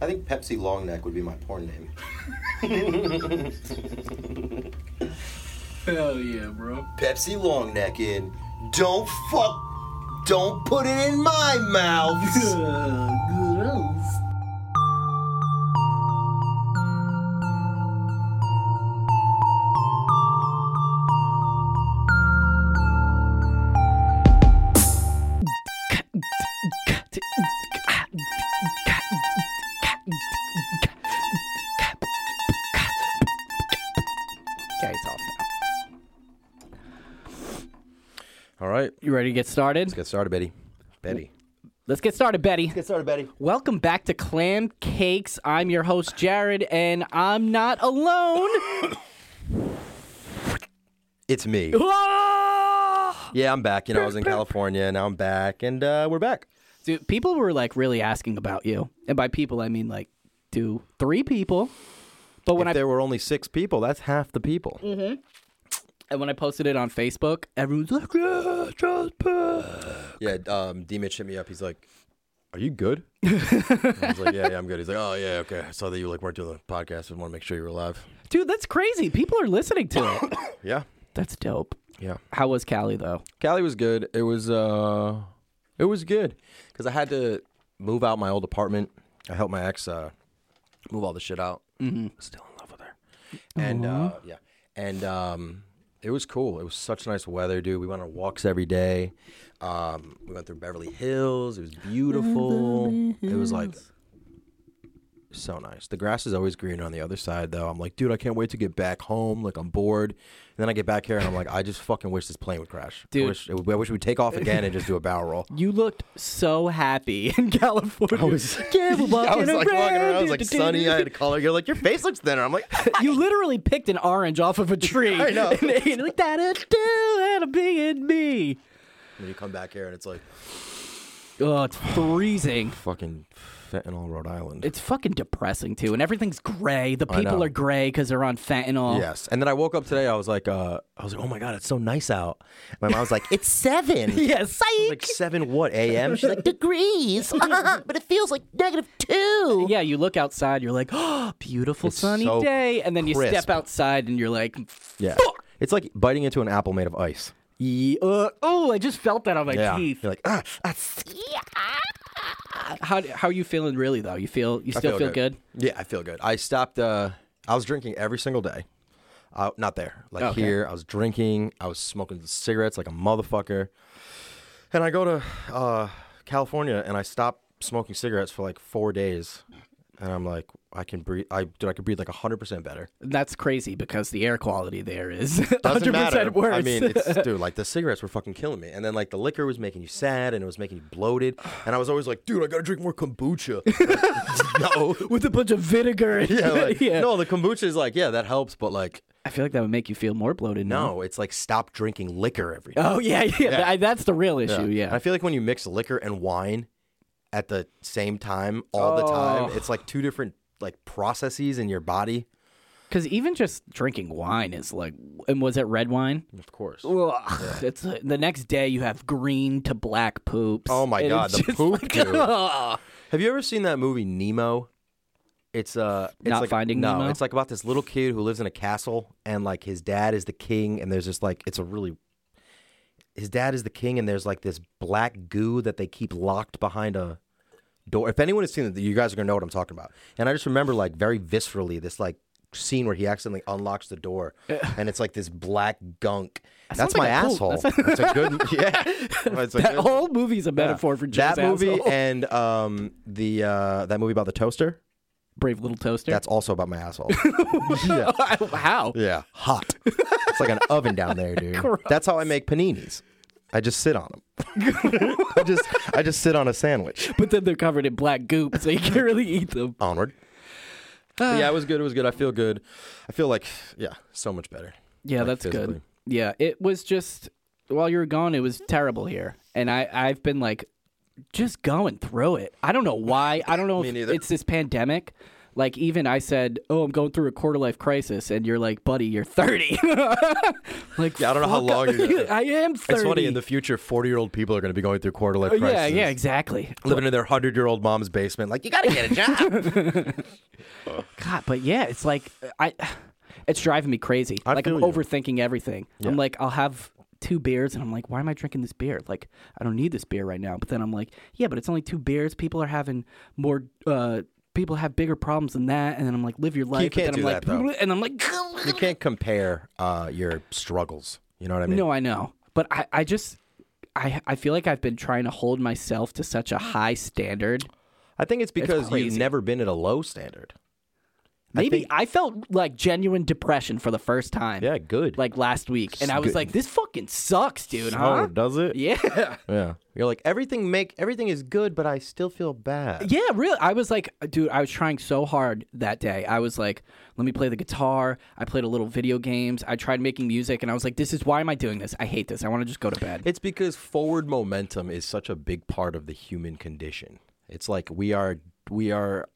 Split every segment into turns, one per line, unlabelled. I think Pepsi Long Neck would be my porn name.
Hell yeah, bro.
Pepsi Long Neck in. Don't fuck. Don't put it in my mouth.
Gross.
Yeah, it's off now.
All right.
You ready to get started?
Let's get started, Betty. Betty.
Let's get started, Betty.
Get started, Betty.
Welcome back to Clam Cakes. I'm your host, Jared, and I'm not alone.
It's me.
Ah!
Yeah, I'm back. You know, I was in California, now I'm back, and uh, we're back.
Dude, people were like really asking about you. And by people, I mean like two, three people. But when
if
I Mm-hmm.
there were only six people, that's half the people.
and when I posted it on Facebook, everyone's like, yeah, just put-"
Yeah, um, D Mitch hit me up. He's like, "Are you good?" I was like, "Yeah, yeah, I'm good." He's like, "Oh yeah, okay. I saw that you like weren't doing the podcast. I want to make sure you were alive."
Dude, that's crazy. People are listening to it.
Yeah,
that's dope.
yeah.
How was Cali though?
Cali was good. It was uh, it was good because I had to move out my old apartment. I helped my ex uh, move all the shit out. Mm-hmm. Still in love with her. And uh, yeah, and um, it was cool. It was such nice weather, dude. We went on walks every day. Um, we went through Beverly Hills. It was beautiful. It was like so nice. The grass is always greener on the other side, though. I'm like, dude, I can't wait to get back home. Like, I'm bored. And then I get back here and I'm like, I just fucking wish this plane would crash.
Dude.
I wish, I wish we'd take off again and just do a barrel roll.
You looked so happy in California. I was,
I was like walking around. I was like sunny. I had a color. You're like, your face looks thinner. I'm like,
You literally picked an orange off of a tree.
I know.
And ate it like that'll do, that'll be in me.
and then you come back here and it's like
Oh, it's freezing.
fucking fentanyl, Rhode Island.
It's fucking depressing too, and everything's gray. The
I
people
know.
are gray because they're on
Oh.
fentanyl.
Yes. And then I woke up today. I was like, uh, I was like, oh my god, it's so nice out. My mom was like, it's seven. I
Yeah, psych.
was like seven what a.m. She's like,
degrees, but it feels like negative two.
yeah, you look outside, you're like, oh, beautiful
It's
sunny
so
day, and then you
crisp.
step outside and you're like,
yeah. It's like biting into an apple made of ice.
"Ye- uh, oh, I just felt that on my
Yeah.
teeth.
You're like, ah, that's
How how are you feeling really though? You feel you
I
still feel, good?
Yeah, I feel good. I stopped. Uh, I was drinking every single day. Uh, not there, like
Okay.
here. I was drinking. I was smoking cigarettes like a motherfucker. And I go to uh, California and I stop smoking cigarettes for like four days, and I'm like, I can breathe. I dude, I could breathe like hundred percent better.
That's crazy because the air quality there is
Doesn't
100
matter.
percent worse.
I mean, it's, dude, like the cigarettes were fucking killing me, and then like the liquor was making you sad, and it was making you bloated, and I was always like, dude, I gotta drink more kombucha. no,
with a bunch of vinegar. in
yeah, like,
it.
no, the kombucha is like, yeah, that helps, but like,
I feel like that would make you feel more bloated.
no, it's like stop drinking liquor every day.
Oh yeah, yeah. tha- that's the real issue.
And I
Yeah.
feel like when you mix liquor and wine at the same time, all the time, it's like two different like processes in your body.
Because even just drinking wine is like, and was it red wine?
Of course.
Ugh, It's uh, the next day you have green to black poops.
Oh my
and
God,
it's
the
just
poop,
like,
dude.
ugh.
Have you ever seen that movie Nemo? It's uh, it's
Not
like,
Finding
no,
Nemo?
it's like about this little kid who lives in a castle, and like his dad is the king, and there's just like it's a really, his dad is the king, and there's like this black goo that they keep locked behind a door. If anyone has seen it, you guys are gonna know what I'm talking about. And I just remember like very viscerally this like scene where he accidentally unlocks the door, and it's like this black gunk. That's
sounds like
my
a cult.
asshole. That's a good yeah. That's a
that
good-
whole movie's a metaphor for Joe's
that movie
asshole.
and um the uh that movie about the toaster.
Brave Little Toaster.
That's also about my asshole. yeah.
How?
Yeah. Hot. It's like an oven down there, dude. That's how I make paninis. I just sit on them. I just I just sit on a sandwich.
But then they're covered in black goop, so you can't really eat them.
Onward.
Ah.
But yeah, it was good. It was good. I feel good. I feel like yeah, so much better.
Yeah,
Like,
that's
physically.
good. Yeah, it was just while you were gone, it was terrible here, and I I've been like just going through it. I don't know why. I don't know
Me
if
neither.
it's this pandemic, Like even I said, "Oh, I'm going through a quarter life crisis," and you're like, "Buddy, you're 30." like
Yeah, I don't know how
fuck
long
up.
you're gonna-
I am 30.
It's funny in the future, forty-year-old people are going to be going through quarter-life
Oh,
crises.
yeah, yeah, exactly.
Living in their hundred-year-old mom's basement, like you got to get a job.
God, but yeah, it's like I, it's driving me crazy.
I
like
feel
I'm
you.
overthinking everything. I'm like, I'll have two beers, and I'm like, why am I drinking this beer? Like, I don't need this beer right now. But then I'm like, yeah, but it's only two beers. People are having more. uh People have bigger problems than that, and then I'm like, live your life.
can't
but then
do
I'm
that, though.
like, and I'm like,
you can't compare uh, your struggles. You know what I mean?
no, I know, but I, I just, I, I feel like I've been trying to hold myself to such a high standard.
I think it's because you've
crazy.
never been at a low standard.
Maybe I,
think-
felt like genuine depression for the first time.
Yeah, good.
Like last week, and I was
Good.
like, "This fucking sucks, dude." huh?
does it?
Yeah.
Yeah. You're like everything make everything is good, but I still feel bad.
Yeah, really. I was like, uh, dude, I was trying so hard that day. I was like, let me play the guitar. I played a little video games. I tried making music and I was like, this is why am I doing this? I hate this. I want to just go to bed.
It's because forward momentum is such a big part of the human condition. It's like we are we are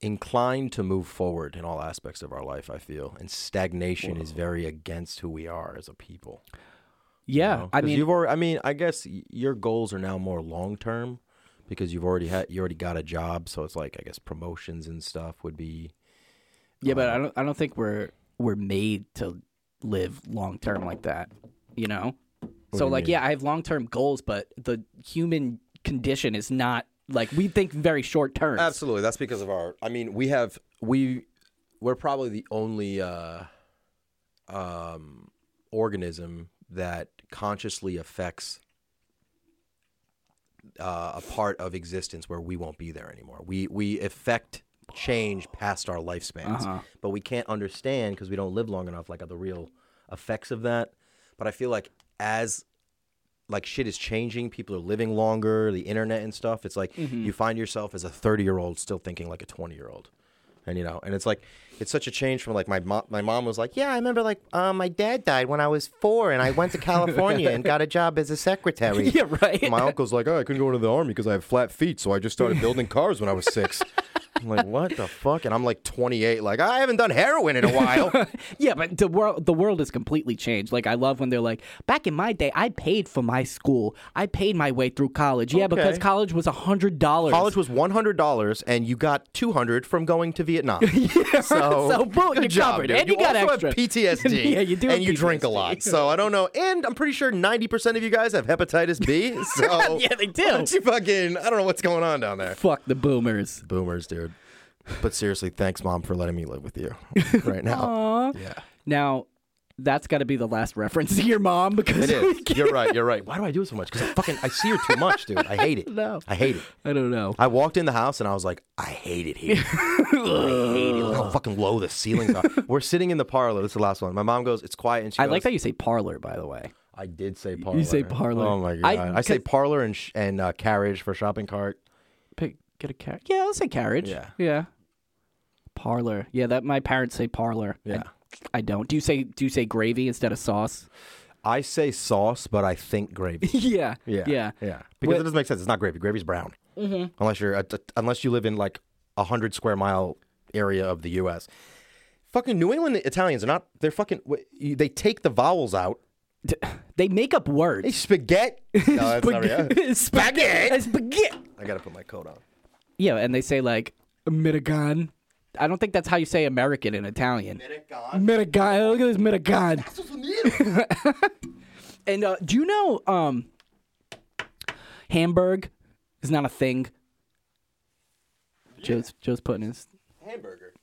inclined to move forward in all aspects of our life, I feel. And stagnation is very against who we are as a people.
yeah.
know?
I
'Cause
mean,
you've already. I mean, I guess y- your goals are now more long term because you've already had you already got a job, so it's like I guess promotions and stuff would be.
yeah, but I don't I don't think we're we're made to live long term like that, you know? So like, yeah, I have long term goals, but the human condition is not like we think very short term.
Absolutely, that's because of our. I mean, we have we we're probably the only uh, um, organism that consciously affects uh, a part of existence where we won't be there anymore. We we affect change past our lifespans,
Uh-huh.
but we can't understand because we don't live long enough. Like the real effects of that. But I feel like as like shit is changing, people are living longer, the internet and stuff. It's like you find yourself as a thirty year old still thinking like a twenty year old. And you know, and it's like it's such a change from like my mom. My mom was like, "Yeah, I remember like uh, my dad died when I was four, and I went to California and got a job as a secretary."
Yeah, right.
my uncle's like, oh, I couldn't go into the army because I have flat feet, so I just started building cars when I was six. I'm like, what the fuck? And I'm like 28, like I haven't done heroin in a while.
Yeah, but the world the world has completely changed. Like I love when they're like, back in my day, I paid for my school. I paid my way through college. Yeah, because
Okay.
college was a hundred dollars.
College was $100, and you got 200 from going to Vietnam. so,
So, boom,
good
you're
job,
covered,
dude.
and you got
also
extra.
have PTSD.
Yeah, you do
And
have
you drink a
PTSD.
lot, so I don't know. And I'm pretty sure 90% of you guys have hepatitis B. So
Yeah, they do.
why don't you fucking, I don't know what's going on down there.
Fuck the boomers.
Boomers, dude. But seriously, thanks, mom, for letting me live with you right now. Yeah.
Now, that's got to be the last reference to your mom because
It is. You're right. You're right. Why do I do it so much? Because I fucking I see her too much, dude. I hate it.
No.
I hate it.
I don't know.
I walked in the house and I was like, I hate it here. I hate it. Look how fucking low the ceilings are. We're sitting in the parlor. This is the last one. My mom goes, "It's quiet," and she
I
goes,
like that you say parlor, by the way.
I did say parlor.
say parlor.
Oh my
I-
god. I, say parlor and sh- and uh, carriage for shopping cart.
Pick, get a carriage. Yeah, I'll say carriage.
Yeah.
yeah. Parlor. Yeah, that my parents say parlor. I-
Yeah.
I don't. Do you say do you say gravy instead of sauce?
I say sauce, but I think gravy.
yeah.
Yeah.
Yeah.
Yeah. Because it doesn't make sense. It's not gravy. Gravy's brown. Mm-hmm. Unless you're a, t- unless you live in like a hundred square mile area of the U.S. Fucking New England Italians are not. They're fucking. wh- you- They take the vowels out.
D- They make up words.
Hey, spaghetti. no, that's not right.
Spaghetti. Spaghetti. Spaghetti.
I gotta put my coat on.
Yeah, and they say like Mitagon. I don't think that's how you say American in Italian. Mitagon. Look at this Mitagon. and uh, do you know um, Hamburg is not a thing. Joe's Joe's putting his
Hamburger.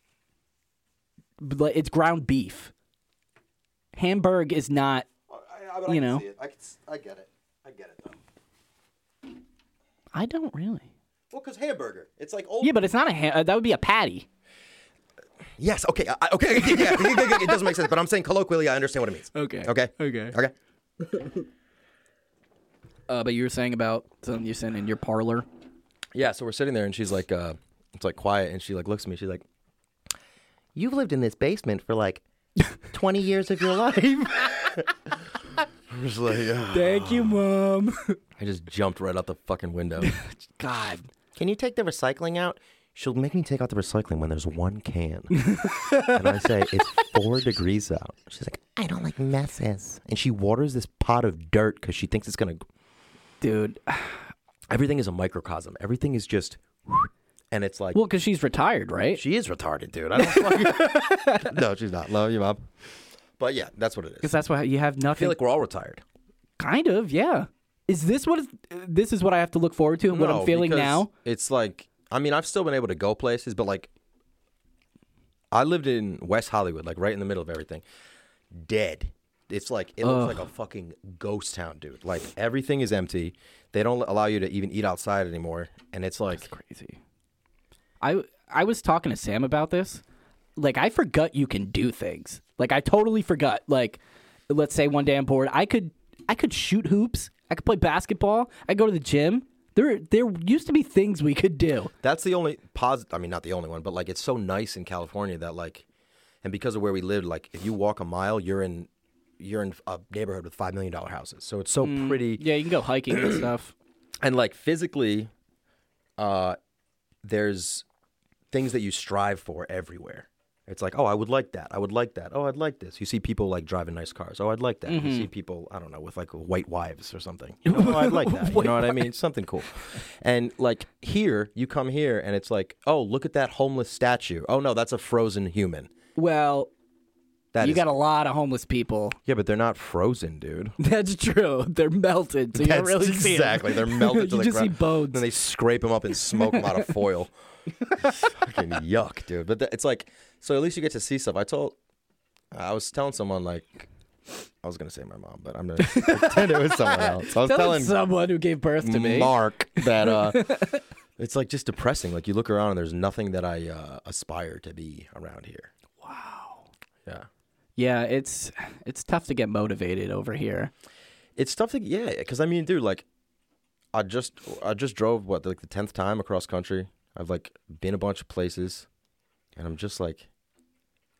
but it's ground beef. Hamburg is not.
Oh, I,
I You can know. see
it. I, I get it. I get it though.
I don't really.
Well, because hamburger, it's like old.
Yeah, but it's not a ham. uh, That would be a patty.
Yes. Okay. I, I- okay. Yeah, yeah, yeah, yeah, It doesn't make sense, but I'm saying colloquially, I understand what it means.
Okay.
Okay.
Okay.
Okay.
Uh, but you were saying about something you said in your parlor.
Yeah, so we're sitting there and she's like, uh, it's like quiet, and she like looks at me. She's like, "You've lived in this basement for like twenty years of your life." I'm just like, "Ugh."
Thank you, mom.
I just jumped right out the fucking window.
God.
Can you take the recycling out? She'll make me take out the recycling when there's one can. and I say, it's four degrees out. She's like, I don't like messes. And she waters this pot of dirt because she thinks it's going to.
dude.
Everything is a microcosm. Everything is just. And it's like.
Well, because she's retired, right?
She is retarded, dude. I don't fucking... No, she's not. Love you, mom. But yeah, that's what it is.
Because that's why you have
I
nothing.
feel like we're all retired.
kind of, yeah. Is this what? This is what I have to look forward to. and what I'm
No,
feeling
because
now.
It's like I mean, I've still been able to go places, but like I lived in West Hollywood, like right in the middle of everything. Dead. It's like it looks like a fucking ghost town, dude. Like everything is empty. They don't allow you to even eat outside anymore, and it's like
Crazy. I I was talking to Sam about this. Like I forgot you can do things. Like I totally forgot. Like let's say one day I'm bored, I could I could shoot hoops. I could play basketball. I could go to the gym. There there used to be things we could do.
That's the only positive. I mean, not the only one, but like it's so nice in California that like, and because of where we live, like if you walk a mile, you're in you're in a neighborhood with five million dollar houses. So it's so
Mm.
pretty
Yeah, you can go hiking and stuff.
and like physically, uh, there's things that you strive for everywhere. It's like, oh, I would like that. I would like that. Oh, I'd like this. You see people like driving nice cars. Oh, I'd like that. You see people, I don't know, with like white wives or something. You know, oh, I'd like that. You know what I mean? Something cool. And like here, you come here and it's like, oh, look at that homeless statue. Oh no, that's a frozen human.
Well,
That
you
is-
got a lot of homeless people.
yeah, but they're not frozen, dude.
That's true. They're melted, so you don't
That's
really see 'em.
exactly. They're melted to
You
the
just see
ground.
bones.
Then they scrape them up and smoke them out of foil. Fucking yuck, dude. But th- it's like, so at least you get to see stuff. I told, I was telling someone like, I was gonna say my mom, but I'm gonna pretend it was someone else. I was
Tell
telling
someone who gave birth to me.
Mark that uh, it's like just depressing. Like you look around and there's nothing that I uh, aspire to be around here. Wow. Yeah.
Yeah, it's it's tough to get motivated over here.
It's stuff that yeah, because I mean, dude, like I just I just drove what like the tenth time across country. I've like been a bunch of places, and I'm just like,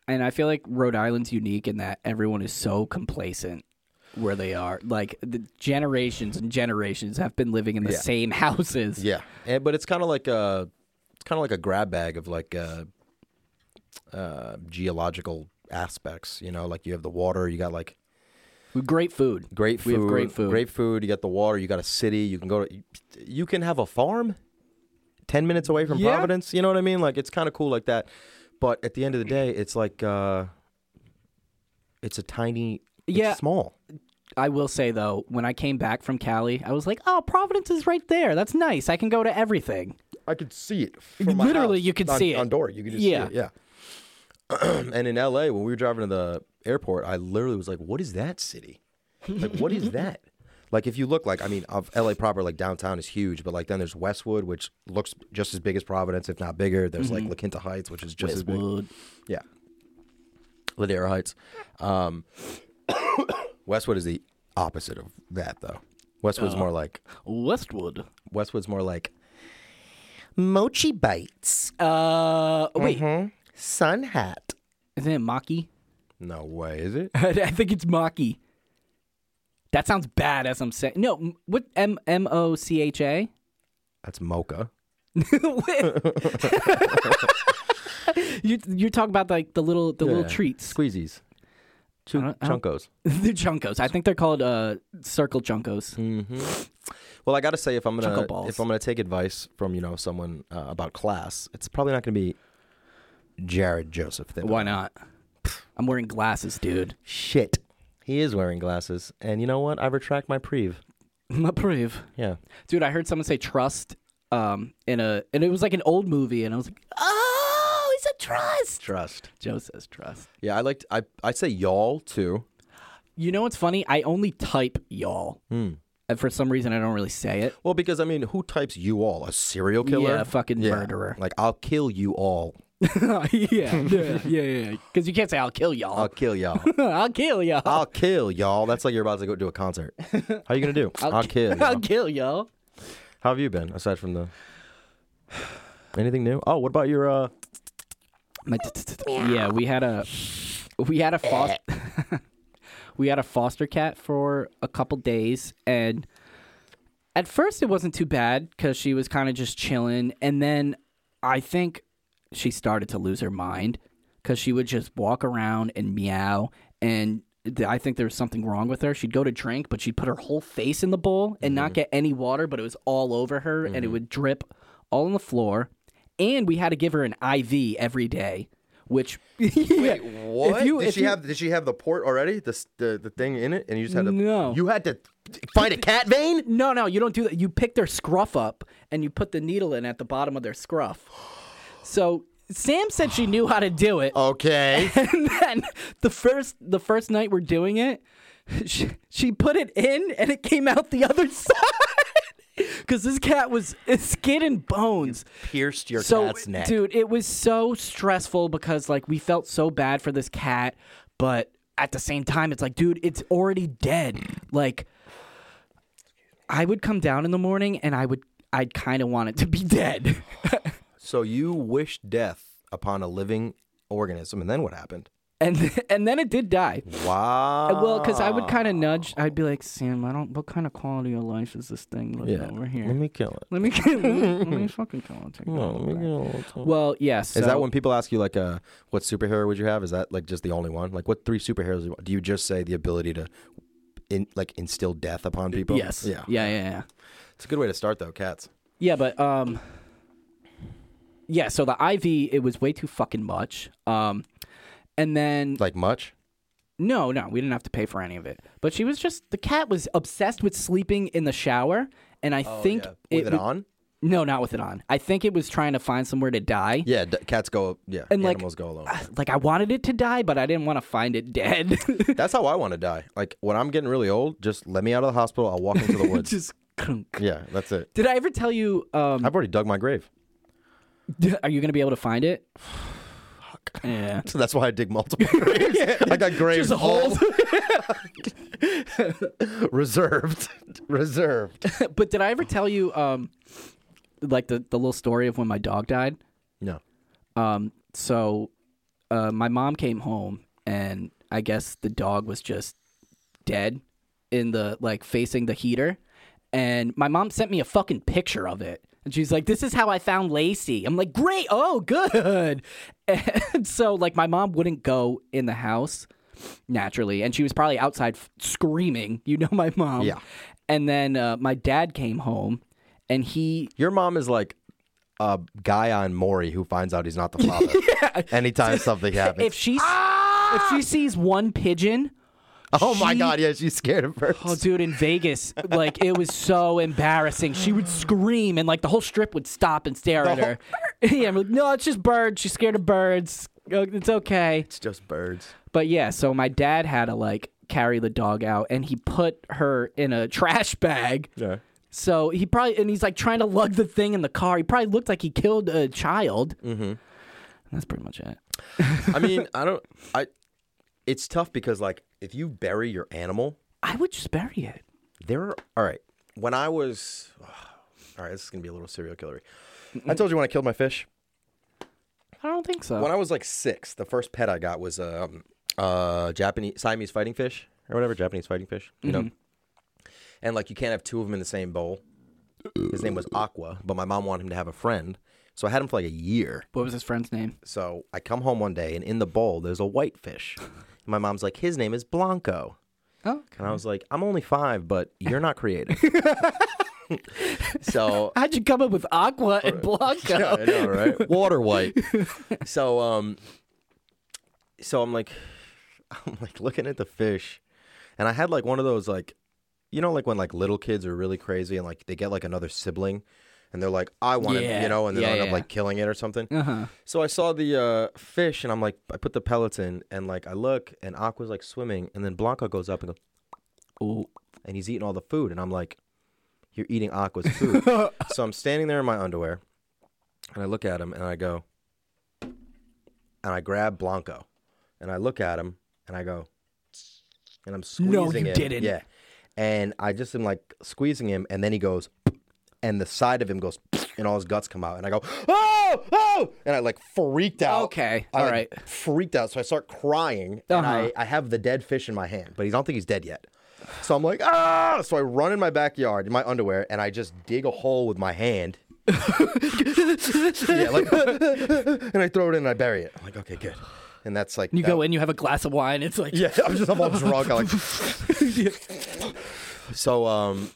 and I feel like Rhode Island's unique in that everyone is so complacent where they are. Like the generations and generations have been living in the
Yeah.
same houses.
yeah. And, but it's kind of like a it's kind of like a grab bag of like uh, uh, geological aspects. You know, like you have the water, you got like
With Great food.
great food,
We have great food.
great food. You got the water, you got a city. You can go to, you can have a farm, ten minutes away from
Yeah.
Providence. You know what I mean? Like it's kind of cool like that. But at the end of the day, it's like uh, it's a tiny, it's
Yeah.
small.
I will say though, when I came back from Cali, I was like, "Oh, Providence is right there. That's nice. I can go to everything."
I could see it.
from my Literally, house you could on- see it. on
door. You could
just see Yeah. it,
yeah. and in L.A., when we were driving to the airport, I literally was like, "What is that city? Like, what is that?" Like, if you look, like, I mean, of L.A. proper, like downtown is huge, but like then there's Westwood, which looks just as big as Providence, if not bigger. There's like La Quinta Heights, which is just as
Mm-hmm. Westwood.
big. Yeah, Ladera Heights. Um, Westwood is the opposite of that, though. Westwood's
Oh.
more like
Westwood.
Westwood's more like mochi bites,
Uh, wait.
Mm-hmm. sun hat.
Isn't it Maki?
No way, is it?
I think it's Maki. That sounds bad as I'm saying. No, m- what M M O C H A?
That's mocha.
you you're talking about like the little the little
Yeah.
treats, Oh.
Squeezies.
I don't- I don't-
Chunkos.
the juncos. I think they're called uh circle
Mm,
juncos.
Mm-hmm. Well, I gotta say, if I'm gonna
Chunko balls.
if I'm gonna take advice from you know someone uh, about class, it's probably not gonna be Jared Joseph. Then.
Why not? I'm wearing glasses, dude.
Shit, he is wearing glasses, and you know what? I retract my preve.
Approve,
Yeah,
dude. I heard someone say trust um in a and it was like an old movie, and I was like, oh, it's a trust.
trust.
Joe says trust.
Yeah, I like I I say y'all too.
You know what's funny? I only type y'all.
Hmm.
And for some reason, I don't really say it.
Well, because I mean, who types you all? A serial killer?
Yeah, fucking murderer.
Like I'll kill you all.
yeah, yeah, yeah, yeah. Because you can't say I'll kill
I'll
y'all.
kill y'all.
I'll kill y'all.
I'll kill y'all. That's like you're about to go do a concert. How you gonna do? I'll, kill. y'all.
I'll kill y'all.
How have you been aside from the anything new? Oh, what about your uh
My t- t- t- yeah, we had a we had a foster we had a foster cat for a couple days, and at first it wasn't too bad because she was kind of just chilling, and then I think she started to lose her mind because she would just walk around and meow. And th- I think there was something wrong with her. She'd go to drink, but she'd put her whole face in the bowl and
Mm-hmm.
not get any water, but it was all over her and it would drip all on the floor. And we had to give her an IV every day, which. Wait,
What?
If you,
did
if
she
you-
have? Did she have the port already? The, s- the the thing in it, and you just had to.
No.
You had to find a cat vein.
No, no, you don't do that. You pick their scruff up and you put the needle in at the bottom of their scruff. So Sam said she knew how to do
Oh.
it,
Okay.
and then the first the first night we're doing it, she, she put it in and it came out the other side. Because this cat was it's skin and bones.
Pierced your
so,
cat's neck.
dude, it was so stressful because like we felt so bad for this cat, but at the same time, it's like, dude, it's already dead. Like, I would come down in the morning and I would, I'd kind of want it to be dead.
So you wish death upon a living organism, and then what happened?
and and then it did die. Uh,
Wow.
Well, because I would kind of nudge. I'd be like, Sam, I don't. What kind of quality of life is this thing living
Yeah.
over here?
Let me kill it.
Let me, let me, let me fucking kill it. Take
No,
no,
let me kill it.
Well, yes.
Is that when people ask you like, uh, what superhero would you have? Is that like just the only one? Like, what three superheroes do you- do you just say the ability to, in like, instill death upon people?
Yes.
Yeah.
Yeah. Yeah. Yeah.
It's a good way to start though. Cats.
Yeah, but um Yeah, so the IV it was way too fucking much. Um and then
Like much.
no, no, we didn't have to pay for any of it. But she was just the cat was obsessed with sleeping in the shower and I Oh, think
Oh, With it,
was-
on.
No, not with it on. I think it was trying to find somewhere to die.
Yeah. D- cats go. Yeah.
And, like,
animals go alone.
Like I wanted it to die, but I didn't want to find it dead.
That's how I want to die. Like when I'm getting really old, just let me out of the hospital. I'll walk into the woods.
just crunk.
yeah. That's it.
Did I ever tell you um
I've already dug my grave.
are you going to be able to find it? Yeah.
So that's why I dig multiple graves. I got graves
There's a hole.
reserved, reserved.
but did I ever tell you, um, like the the little story of when my dog died?
No.
Um, so uh, my mom came home, and I guess the dog was just dead in the like facing the heater. And my mom sent me a fucking picture of it. And she's like, This is how I found Lacey. I'm like, Great. Oh, good. And so, like, my mom wouldn't go in the house naturally. And she was probably outside f- screaming. You know, my mom.
Yeah.
And then uh, my dad came home and he
Your mom is like a guy on Maury who finds out he's not the father. Anytime something happens.
if she if she sees one pigeon,
oh my
she-
god, yeah, she's scared of her.
oh dude, in Vegas, like it was so embarrassing. She would scream and like the whole strip would stop and stare at her. yeah, I'm like, no, it's just birds. She's scared of birds. Uh, It's okay.
It's just birds.
But yeah, so my dad had to like carry the dog out and he put her in a trash bag.
Yeah.
So he probably and he's like trying to lug the thing in the car. He probably looked like he killed a child. Mm-hmm. That's pretty much it.
I mean, I don't I it's tough because like if you bury your animal,
I would just bury it.
there are all right. When I was all right, this is gonna be a little serial killer. I told you when I killed my fish.
I don't think so.
When I was like six, the first pet I got was um, uh, Japanese Siamese fighting fish or whatever Japanese fighting fish, you know. And like you can't have two of them in the same bowl. His name was Aqua, but my mom wanted him to have a friend, so I had him for like a year.
What was his friend's name?
So I come home one day, and in the bowl there's a white fish. And my mom's like, his name is Blanco,
Oh,
and I was like, I'm only five, but you're not creative. so
how'd you come up with Aqua and Blanco?
yeah, I know, right? Water white. so um so I'm like I'm like looking at the fish and I had like one of those like you know like when like little kids are really crazy and like they get like another sibling and they're like I want it,
Yeah,
you know, and they
yeah,
end up
yeah.
like killing it or something.
Uh-huh.
So I saw the uh, fish and I'm like I put the pellets in and like I look and Aqua's like swimming and then Blanco goes up and goes
Ooh.
and he's eating all the food and I'm like, You're eating Aqua's food. so I'm standing there in my underwear and I look at him and I go and I grab Blanco and I look at him and I go and I'm squeezing
No, you
him.
didn't.
Yeah. And I just am like squeezing him and then he goes and the side of him goes and all his guts come out and I go, Oh, oh and I like freaked out.
Okay,
I,
all
like,
right.
Freaked out. So I start crying and
Uh-huh.
I, I have the dead fish in my hand, but he don't think he's dead yet. So I'm like, ah! So I run in my backyard in my underwear and I just dig a hole with my hand yeah, like, and I throw it in and I bury it. I'm like, okay, good. And that's like
You
that-
go in, you have a glass of wine. It's like
Yeah, I'm just I'm all drunk. I'm like, so um,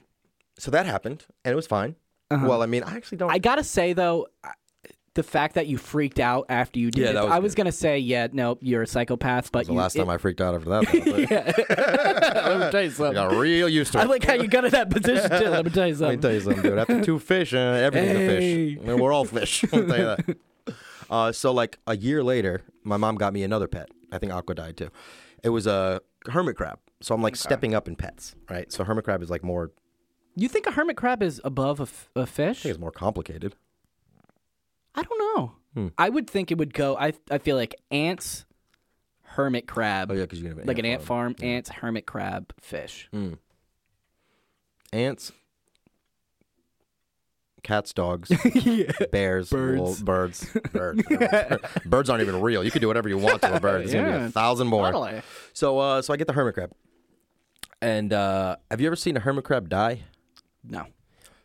so that happened and it was fine. Well, I mean, I actually don't.
Uh-huh. I gotta say though, I- the fact that you freaked out after you did
Yeah,
it,
that was
I was
good.
gonna say, yeah, no, you're a psychopath. But
the last time I freaked out after that, though, but
let me tell you
I
something.
got real used to it.
I like how you got in that position too. Let me tell you
Let me
something.
tell you something, dude. After two fish, uh, everything's a
Hey.
fish. I mean, we're all fish. I'll tell you that. Uh, so, like a year later, my mom got me another pet. I think Aqua died too. It was a hermit crab. So I'm like stepping up in pets, right? So hermit crab is like more.
You think a hermit crab is above a, f- a fish?
I think it's more complicated.
I don't know.
Hmm.
I would think it would go. I I feel like ants, hermit crab,
Oh yeah, Hmm. because you can have
like an ant farm, ants, hermit crab, fish.
uh, ants, cats, dogs, bears, wolves, birds, birds. birds aren't even real. You can do whatever you want to a bird. There's gonna be
Yeah.
a thousand more.
Totally.
So, uh, so I get the hermit crab. And uh, have you ever seen a hermit crab die?
No.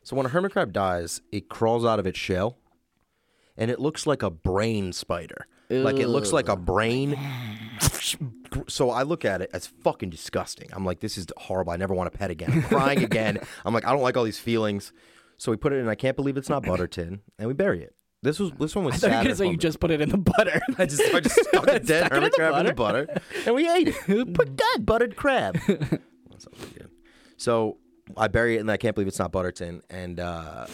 So when a hermit crab dies, it crawls out of its shell, and it looks like a brain spider. Like it looks like a brain. So I look at it as fucking disgusting. I'm like, this is horrible. I never want to pet again. I'm crying again. I'm like, I don't like all these feelings. So we put it in. I can't believe it's not Butterton, and we bury it. This was this one was.
I thought you were
sad
gonna
as
say you
one-
just put it in the butter.
I just, I just stuck a dead
Stuck it in
hermit
the
crab in the butter, and we ate it.
Mm-hmm.
Put dead buttered crab. That sounds pretty good. so I bury it, and I can't believe it's not Butterton. And uh,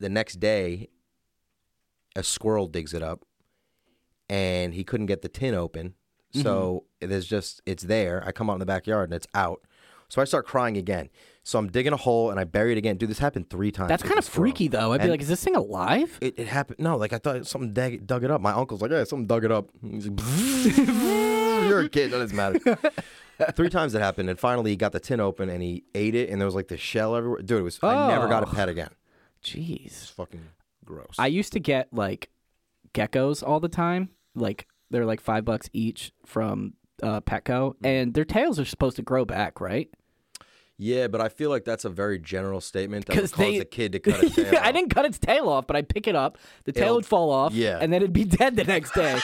the next day, a squirrel digs it up, and he couldn't get the tin open, so
Mm-hmm.
there's just it's there. I come out in the backyard, and it's out. So I start crying again. So I'm digging a hole, and I bury it again. Dude, this happened three times.
That's
with
kind of
the squirrel.
freaky though. I'd be
And-
like, is this thing alive?
it, it happened. No, like I thought something dug, dug it up. My uncle's like, yeah, something dug it up. He's like, You're a kid. That doesn't matter. Three times it happened, and finally he got the tin open and he ate it, and there was like the shell everywhere. Dude, it was. I never got a
Oh.
pet again.
Jeez.
It's fucking gross.
I used to get like geckos all the time. Like they're like five bucks each from uh, Petco,
Mm.
and their tails are supposed to grow back, right?
yeah, but I feel like that's a very general statement that would
'Cause
cause
they-
a kid to cut a tail.
I didn't cut its tail off, but I pick it up. The tail
It'll-
would fall off,
yeah.
and then it'd be dead the next day.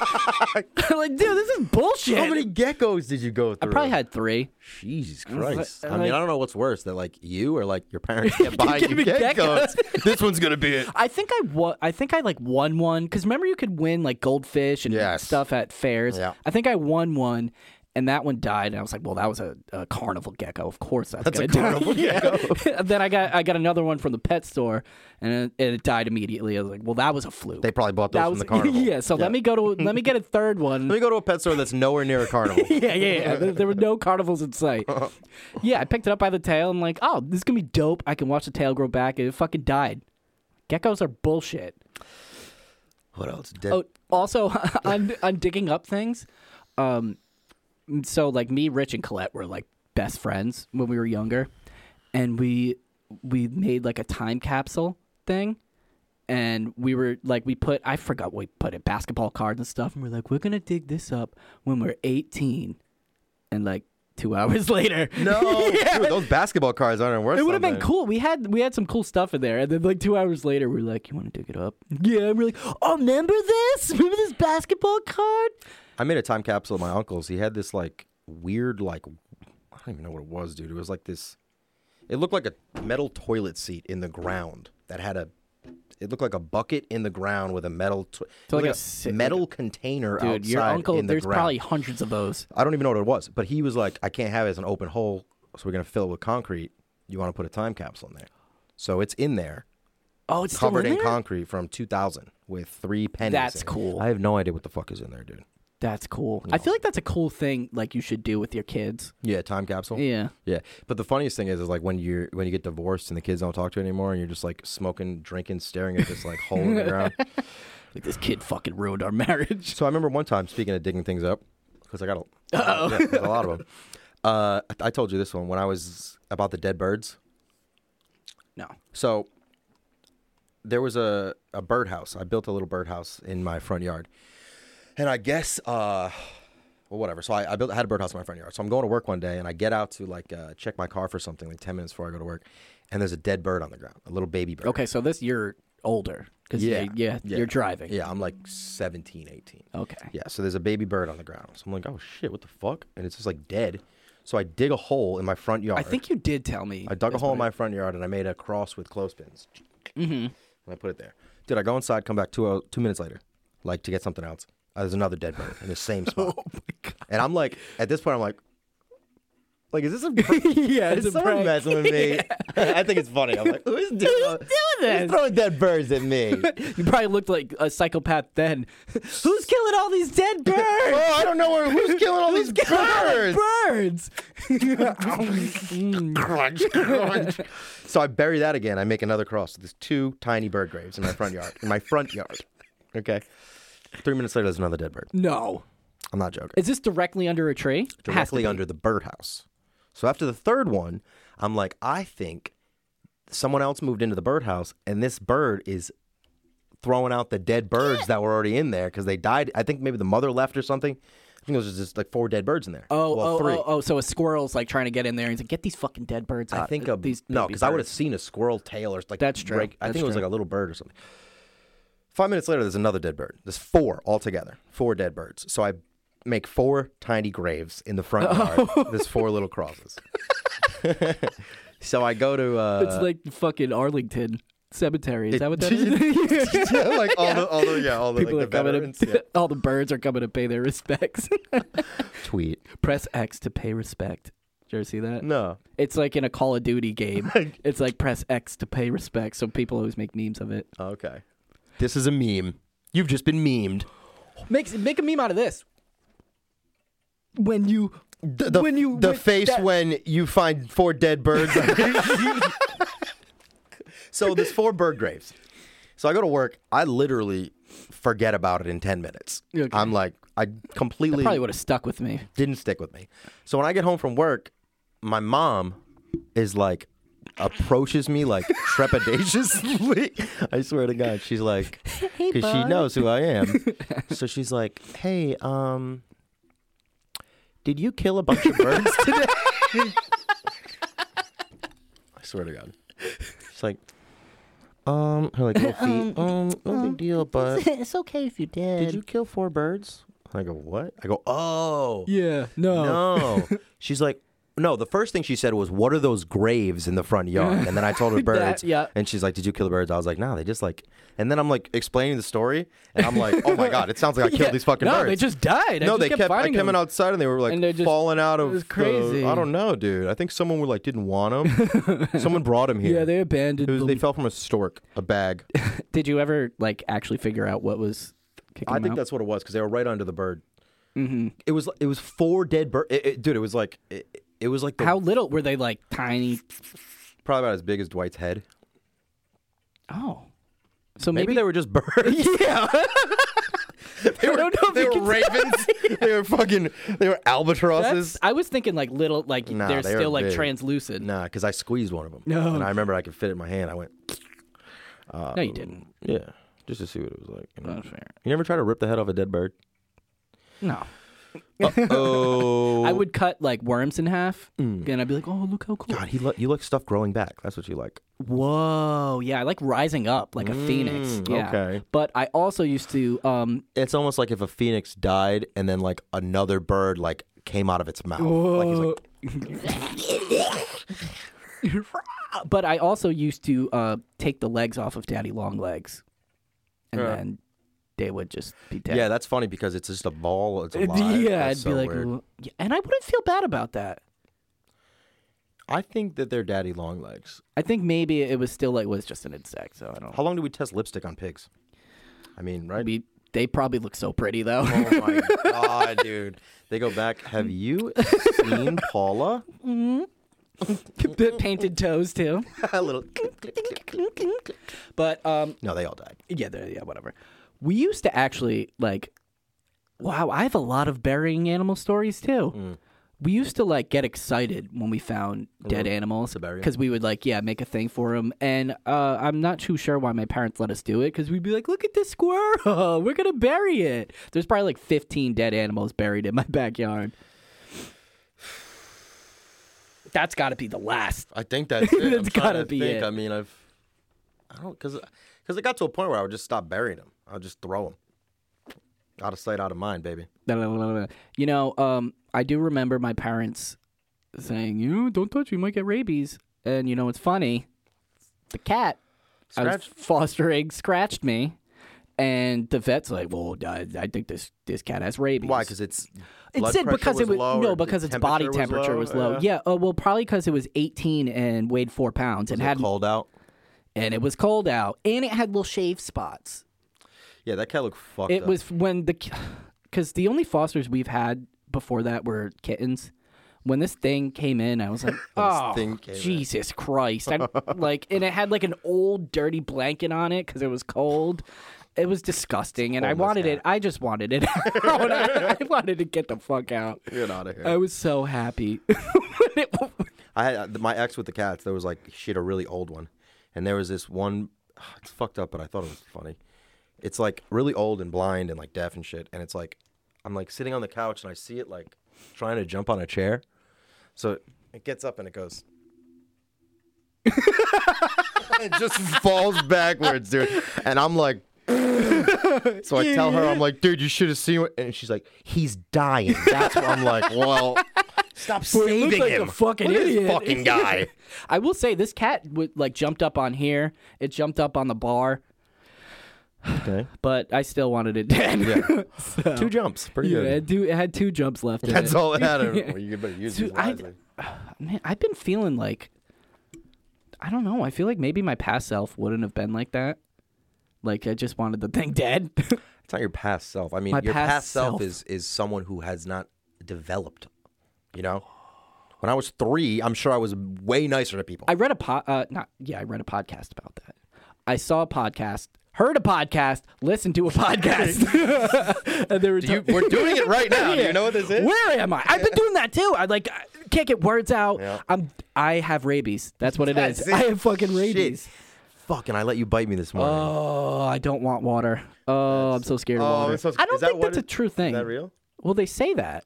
I'm like, dude, this is bullshit.
How many geckos did you go through?
I probably had three.
Jesus Christ.
like-
I mean, I don't know what's worse that like you or like your parents kept buying you
Give me
geckos.
geckos.
this one's gonna be it.
I think I wa- I think I like won one because remember you could win like goldfish and
Yes.
stuff at fairs.
Yeah.
I think I won one, and that one died, and I was like, well, that was a, a carnival gecko. Of course, that's,
That's a
gonna die.
carnival
Yeah.
gecko.
then I got I got another one from the pet store, and it, and it died immediately. I was like, well, that was a fluke.
They probably bought those
that
from
was
the carnival.
yeah. So let me go to let me get a third one.
Let me go to a pet store that's nowhere near a carnival.
yeah, yeah, yeah. There, there were no carnivals in sight. Yeah, I picked it up by the tail. I'm like, oh, this is gonna be dope. I can watch the tail grow back, and it fucking died. Geckos are bullshit.
What else? Dead.
Oh, also on on digging up things. Um, so like me, Rich, and Colette were like best friends when we were younger, and we we made like a time capsule thing. And we were like, we put, I forgot what we put it, basketball cards and stuff. And we're like, we're going to dig this up when we're 18. And like two hours later,
No, dude, those basketball cards aren't worth.
it would have been
something.
cool. We had we had some cool stuff in there, and then like two hours later, we're like, "You want to dig it up?" Yeah, and we're like, "Oh, remember this? Remember this basketball card?"
I made a time capsule of my uncle's. He had this like weird, like I don't even know what it was, dude. It was like this. It looked like a metal toilet seat in the ground that had a. It looked like a bucket in the ground with a metal, to-
So
it
like a
looked
si- like
metal container
Dude,
outside
your uncle.
in the
There's
ground.
probably hundreds of those.
I don't even know what it was, but he was like, "I can't have it as an open hole, so we're gonna fill it with concrete. You want to put a time capsule in there, so it's in there."
Oh, it's
covered
still in,
in
there?
concrete from 2000 with three pennies.
That's
in it.
cool.
I have no idea what the fuck is in there, dude.
That's cool. I feel like that's a cool thing. Like you should do with your kids.
Yeah, time capsule.
Yeah.
Yeah, but the funniest thing is, is like when you're when you get divorced and the kids don't talk to you anymore, and you're just like smoking, drinking, staring at this like hole in the ground.
Like this kid fucking ruined our marriage.
So I remember one time speaking of digging things up because I got a, yeah, there's a lot of them. Uh, I I told you this one when I was about the dead birds.
No.
So there was a, a birdhouse. I built a little birdhouse in my front yard. And I guess, uh, well, whatever. So I, I built, I had a birdhouse in my front yard. So I'm going to work one day and I get out to like uh, check my car for something like 10 minutes before I go to work. and there's a dead bird on the ground, a little baby bird.
Okay, so this you're older because
Yeah,
yeah, yeah,
yeah.
you're driving.
Yeah, I'm like 17, 18.
Okay.
Yeah, so there's a baby bird on the ground. So I'm like, oh shit, what the fuck? And it's just like dead. So I dig a hole in my front yard.
I think you did tell me.
I dug a
this,
hole in
but
my front yard and I made a cross with clothespins.
Mm-hmm.
And I put it there. Dude, I go inside, come back two, hou- two minutes later, like to get something else. Uh, there's another dead bird in the same spot.
Oh
And I'm like, at this point, I'm like, like, is this a prank?
Yeah, it's
is
a
someone
prank.
messing with me? I think it's funny. I'm like, who's doing,
this?
Who's throwing dead birds at me?
You probably looked like a psychopath then. Who's killing all these dead birds?
oh, I don't know where, who's killing all these birds.
birds. Mm.
crunch, crunch. so I bury that again. I make another cross. There's two tiny bird graves in my front yard. In my front yard. Okay. Three minutes later, there's another dead bird.
No.
I'm not joking.
Is this directly under a tree? Has to
directly
be.
under the birdhouse. So after the third one, I'm like, I think someone else moved into the birdhouse, and this bird is throwing out the dead birds that were already in there because they died. I think maybe the mother left or something. I think it was just like four dead birds in there.
Oh,
well,
oh,
three.
oh, oh, so a squirrel's like trying to get in there and he's like, get these fucking dead birds out.
I think
uh,
a
these
no,
baby
because I would have
birds."
seen a squirrel tail or like
That's true.
break- I
That's
think it was
true.
like a little bird or something. Five minutes later, there's another dead bird. There's four altogether, four dead birds. So I make four tiny graves in the front
Oh.
yard. There's four little crosses. so I go to uh,
It's like fucking Arlington Cemetery. Is that what that is?
yeah, like all the all the yeah all the
People
like,
are
the
coming
veterans
to,
yeah.
all the birds are coming to pay their respects.
tweet.
Press X to pay respect. Did you ever see that?
No,
It's like in a Call of Duty game. it's like press X to pay respect. So people always make memes of it.
okay. This is a meme. You've just been memed.
Makes make a meme out of this. When you
The, the-
When you-
the
when-
face
that-
when you find four dead birds. so there's four bird graves. So I go to work. I literally forget about it in ten minutes.
Okay.
I'm like, I completely
probably would have stuck with me.
didn't stick with me. So when I get home from work, my mom is like approaches me like trepidatiously. I swear to God, she's like, because she knows who I am. so she's like, hey, um, did you kill a bunch of birds today? I swear to God, she's like. Um, her like little feet. Um, no big deal, but
it's okay if you did.
did you kill four birds? I go, what? I go, oh.
Yeah. No.
No. She's like, no, the first thing she said was, what are those graves in the front yard? And then I told her birds.
yeah.
And she's like, did you kill the birds? I was like, nah, they just like. And then I'm like explaining the story. And I'm like, oh my God, it sounds like I killed these fucking
no,
birds.
they just died. I
no,
just
they
kept,
kept. I
finding
came in
them.
outside and they were like
And they're just-
falling out of.
it was
the-
crazy.
I don't know, dude. I think someone were like didn't want them. someone brought them here.
Yeah, they abandoned.
It was,
them.
they fell from a stork, a bag.
Did you ever like actually figure out what was kicking
I
them
think
out?
that's what it was because they were right under the bird. Mm-hmm. It was it was four dead bird. It, it- dude, it was like it, it was like the,
How little were they? Like tiny.
probably about as big as Dwight's head.
Oh. So
Maybe,
maybe,
they were just birds.
Yeah.
they were,
don't know if
they
you
were
can
ravens. they were fucking. They were albatrosses.
That's, I was thinking like little, like
Nah,
they're
they were
still like
big.
translucent.
Nah, because I squeezed one of them.
No.
And I remember I could fit it in my hand. I went,
no, you didn't.
yeah, just to see what it was like. You, know?
That's fair.
you never try to rip the head off a dead bird?
No.
Oh.
I would cut like worms in half,
Mm.
and I'd be like, "Oh, look how cool!"
God, he lo- you like stuff growing back. That's what you like.
Whoa, yeah, I like rising up like a phoenix.
Mm,
Yeah.
okay.
But I also used to, um,
It's almost like if a phoenix died and then like another bird like came out of its mouth. Like he's like,
but I also used to uh, take the legs off of Daddy Long Legs, and
Yeah.
then they would just be dead.
yeah, that's funny because it's just a ball. It's
It-
alive.
yeah, I'd
That's
be
so
like,
weird.
"Wha-" Yeah, and I wouldn't feel bad about that.
I think that they're daddy long legs.
I think maybe it was still like was just an insect, so I don't.
How long do we test lipstick on pigs? I mean, right?
We, they probably look so pretty though.
oh my god, dude! They go back. Have you seen Paula?
the painted toes too.
A little.
But um,
No, they all died.
yeah, they're- yeah, whatever. We used to actually like. Wow, I have a lot of burying animal stories too.
Mm.
We used to like get excited when we found dead animals
Mm-hmm. to bury 'em.
because we would like yeah make a thing for them. And uh, I'm not too sure why my parents let us do it because we'd be like, look at this squirrel, we're gonna bury it. There's probably like 15 dead animals buried in my backyard. that's got to be the last.
I think that's it.
That's
I'm trying
gotta
to
be
think.
it.
I mean, I've, I don't, cause, cause it got to a point where I would just stop burying them. I'd just throw them. Out of sight, out of mind, baby.
You know, um, I do remember my parents saying, "You know, don't touch. You might get rabies." And you know, it's funny. The cat I was
Scratch.
fostering scratched me, and the vet's like, "Well, I, I think this this cat has rabies."
Why? Because it's.
It
blood
said
pressure
because it was
low
no
or
because
the
its body
was
temperature was low. Yeah, uh, well, probably because it was 18 and weighed four pounds and
Was it
had
cold out.
and it was cold out and it had little shave spots.
Yeah, that cat looked fucked
It
up.
was when the because the only fosters we've had before that were kittens. When this thing came in, I was like, "Oh,
thing came in."
Jesus Christ!" I, like, and it had like an old, dirty blanket on it because it was cold. It was disgusting, and I
Homeless
wanted
cat.
it. I just wanted it. out. I, I wanted to get the fuck out.
Get out of here.
I was so happy. When it-
I had uh, my ex with the cats. There was like she had a really old one, and there was this one. It's fucked up, but I thought it was funny. It's like really old and blind and like deaf and shit. And it's like I'm like sitting on the couch and I see it like trying to jump on a chair. So it gets up and it goes. it just falls backwards, dude. And I'm like. So I tell her, I'm like, dude, you should have seen it. And she's like, he's dying. That's what I'm like, well, stop
it
saving
looked like
him.
a fucking
Look at
idiot.
This fucking guy.
I will say this cat would like jumped up on here. It jumped up on the bar,
okay.
but I still wanted it dead.
Yeah.
So-
Two jumps. Pretty
Yeah, it
good.
had two, it had two jumps left. in
That's
it.
all it had. Well, you better use
Dude,
these
I-
wisely.
Man, I've been feeling like I don't know. I feel like maybe my past self wouldn't have been like that. Like I just wanted the thing dead.
It's not your past self. I mean,
My
your
past
past, self,
self.
is is someone who has not developed. You know, when I was three, I'm sure I was way nicer to people.
I read a po- uh, not yeah, I read a podcast about that. I saw a podcast, heard a podcast, listened to a podcast. and they were
Do you,
talk-
we're doing it right now. Do you know what this is?
Where am I? I've been doing that too. I like I can't get words out.
Yeah.
I'm I have rabies. That's what it is.
That's it.
I have fucking
Shit.
rabies.
Fucking, I let you bite me this morning.
Oh, I don't want water. Oh, I'm so scared of
Oh,
water.
I'm so sc-
I don't
is that
think
what
that's a
it-
true
is
thing.
that real?
Well, they say that.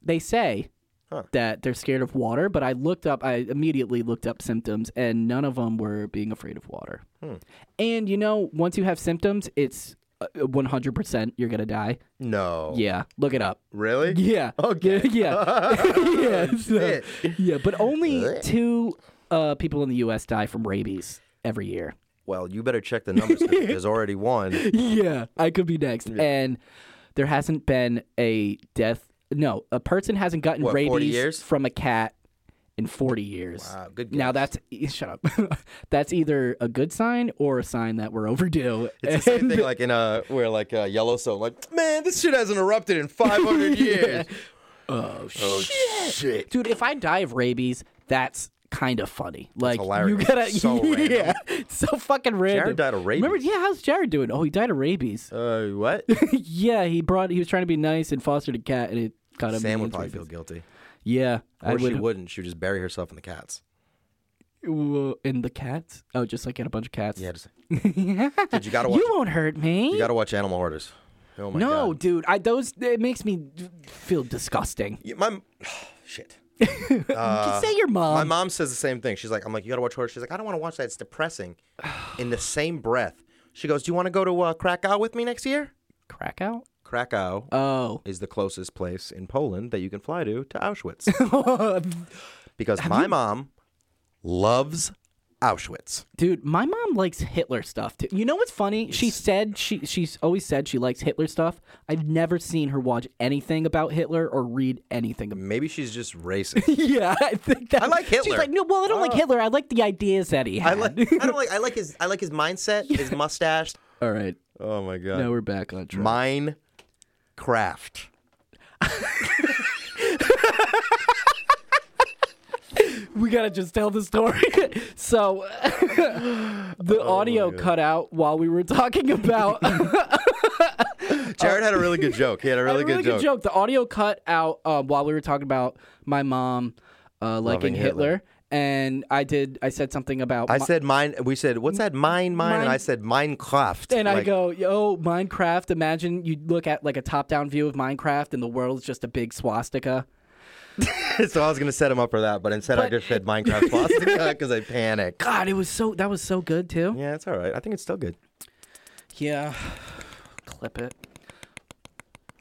They say
Huh.
that they're scared of water, but I looked up, I immediately looked up symptoms, and none of them were being afraid of water.
Hmm.
And you know, once you have symptoms, it's uh, 100% you're going to die.
No.
Yeah, look it up.
Really?
Yeah.
Okay.
Yeah. yeah. so-
Shit.
yeah, but only two uh, people in the U.S. die from rabies every year.
Well, you better check the numbers. 'cause There's already one.
yeah, I could be next. And there hasn't been a death. No, a person hasn't gotten
What, 40
rabies
years?
from a cat in 40 years.
Wow, good
Now
guess.
that's e- shut up. that's either a good sign or a sign that we're overdue.
It's the same
And-
thing like in a where like a yellow stone. Like, man, this shit hasn't erupted in 500 years. Oh, shit.
Dude, if I die of rabies, that's kind of funny. Like
hilarious.
you gotta
It's so random.
yeah, it's so fucking random.
died of
Remember?
rabies.
Yeah, how's Jared doing? Oh, he died of rabies.
Uh, what?
yeah, he brought. He was trying to be nice and fostered a cat, and it got him.
Sam would
into
probably
rabies.
feel guilty.
Yeah,
Or
I
she
would.
wouldn't. She would just bury herself in the cats.
Whoa, And the cats? Oh, just like in a bunch of cats.
Yeah, just. Dude, you gotta watch.
you won't hurt me.
You gotta watch Animal Hoarders. Oh my
no,
god.
dude. I those. It makes me feel disgusting.
You- my shit.
Just say your mom.
Uh, My mom says the same thing. She's like, I'm like, you gotta watch horror. She's like, I don't want to watch that. It's depressing. In the same breath, she goes, Do you want to go to uh, Krakow with me next year?
Krakow.
Krakow
Oh,
is the closest place in Poland that you can fly to to Auschwitz. because my mom loves Auschwitz.
dude. My mom likes Hitler stuff too. You know what's funny? She said she she's always said she likes Hitler stuff. I've never seen her watch anything about Hitler or read anything about.
Maybe she's just racist.
Yeah, I think that.
I like
She's
Hitler. Uh,
like, no, well, I don't like Hitler. I like the ideas that he had.
I like. I don't like. I like his. I like his mindset. His mustache.
All right,
Oh my god.
now we're back on track.
Mine craft.
we gotta just tell the story. so the
Oh,
audio cut out while we were talking about a
Jared had a really good joke. He had a really,
really good joke. The audio cut out um, while we were talking about my mom uh, liking
Loving
Hitler.
Hitler.
and I did. I said something about.
I
mi-
said mine. We said what's that? Mine, mine, and
Mine-
I said Minecraft.
And I
Like,
go, yo, Minecraft. Imagine you look at like a top down view of Minecraft and the world's just a big swastika.
so I was gonna set him up for that, but instead I
But-
just said Minecraft Boston because I panicked.
God, it was so that was so good too.
Yeah, it's all right. I think it's still good.
Yeah. Clip it.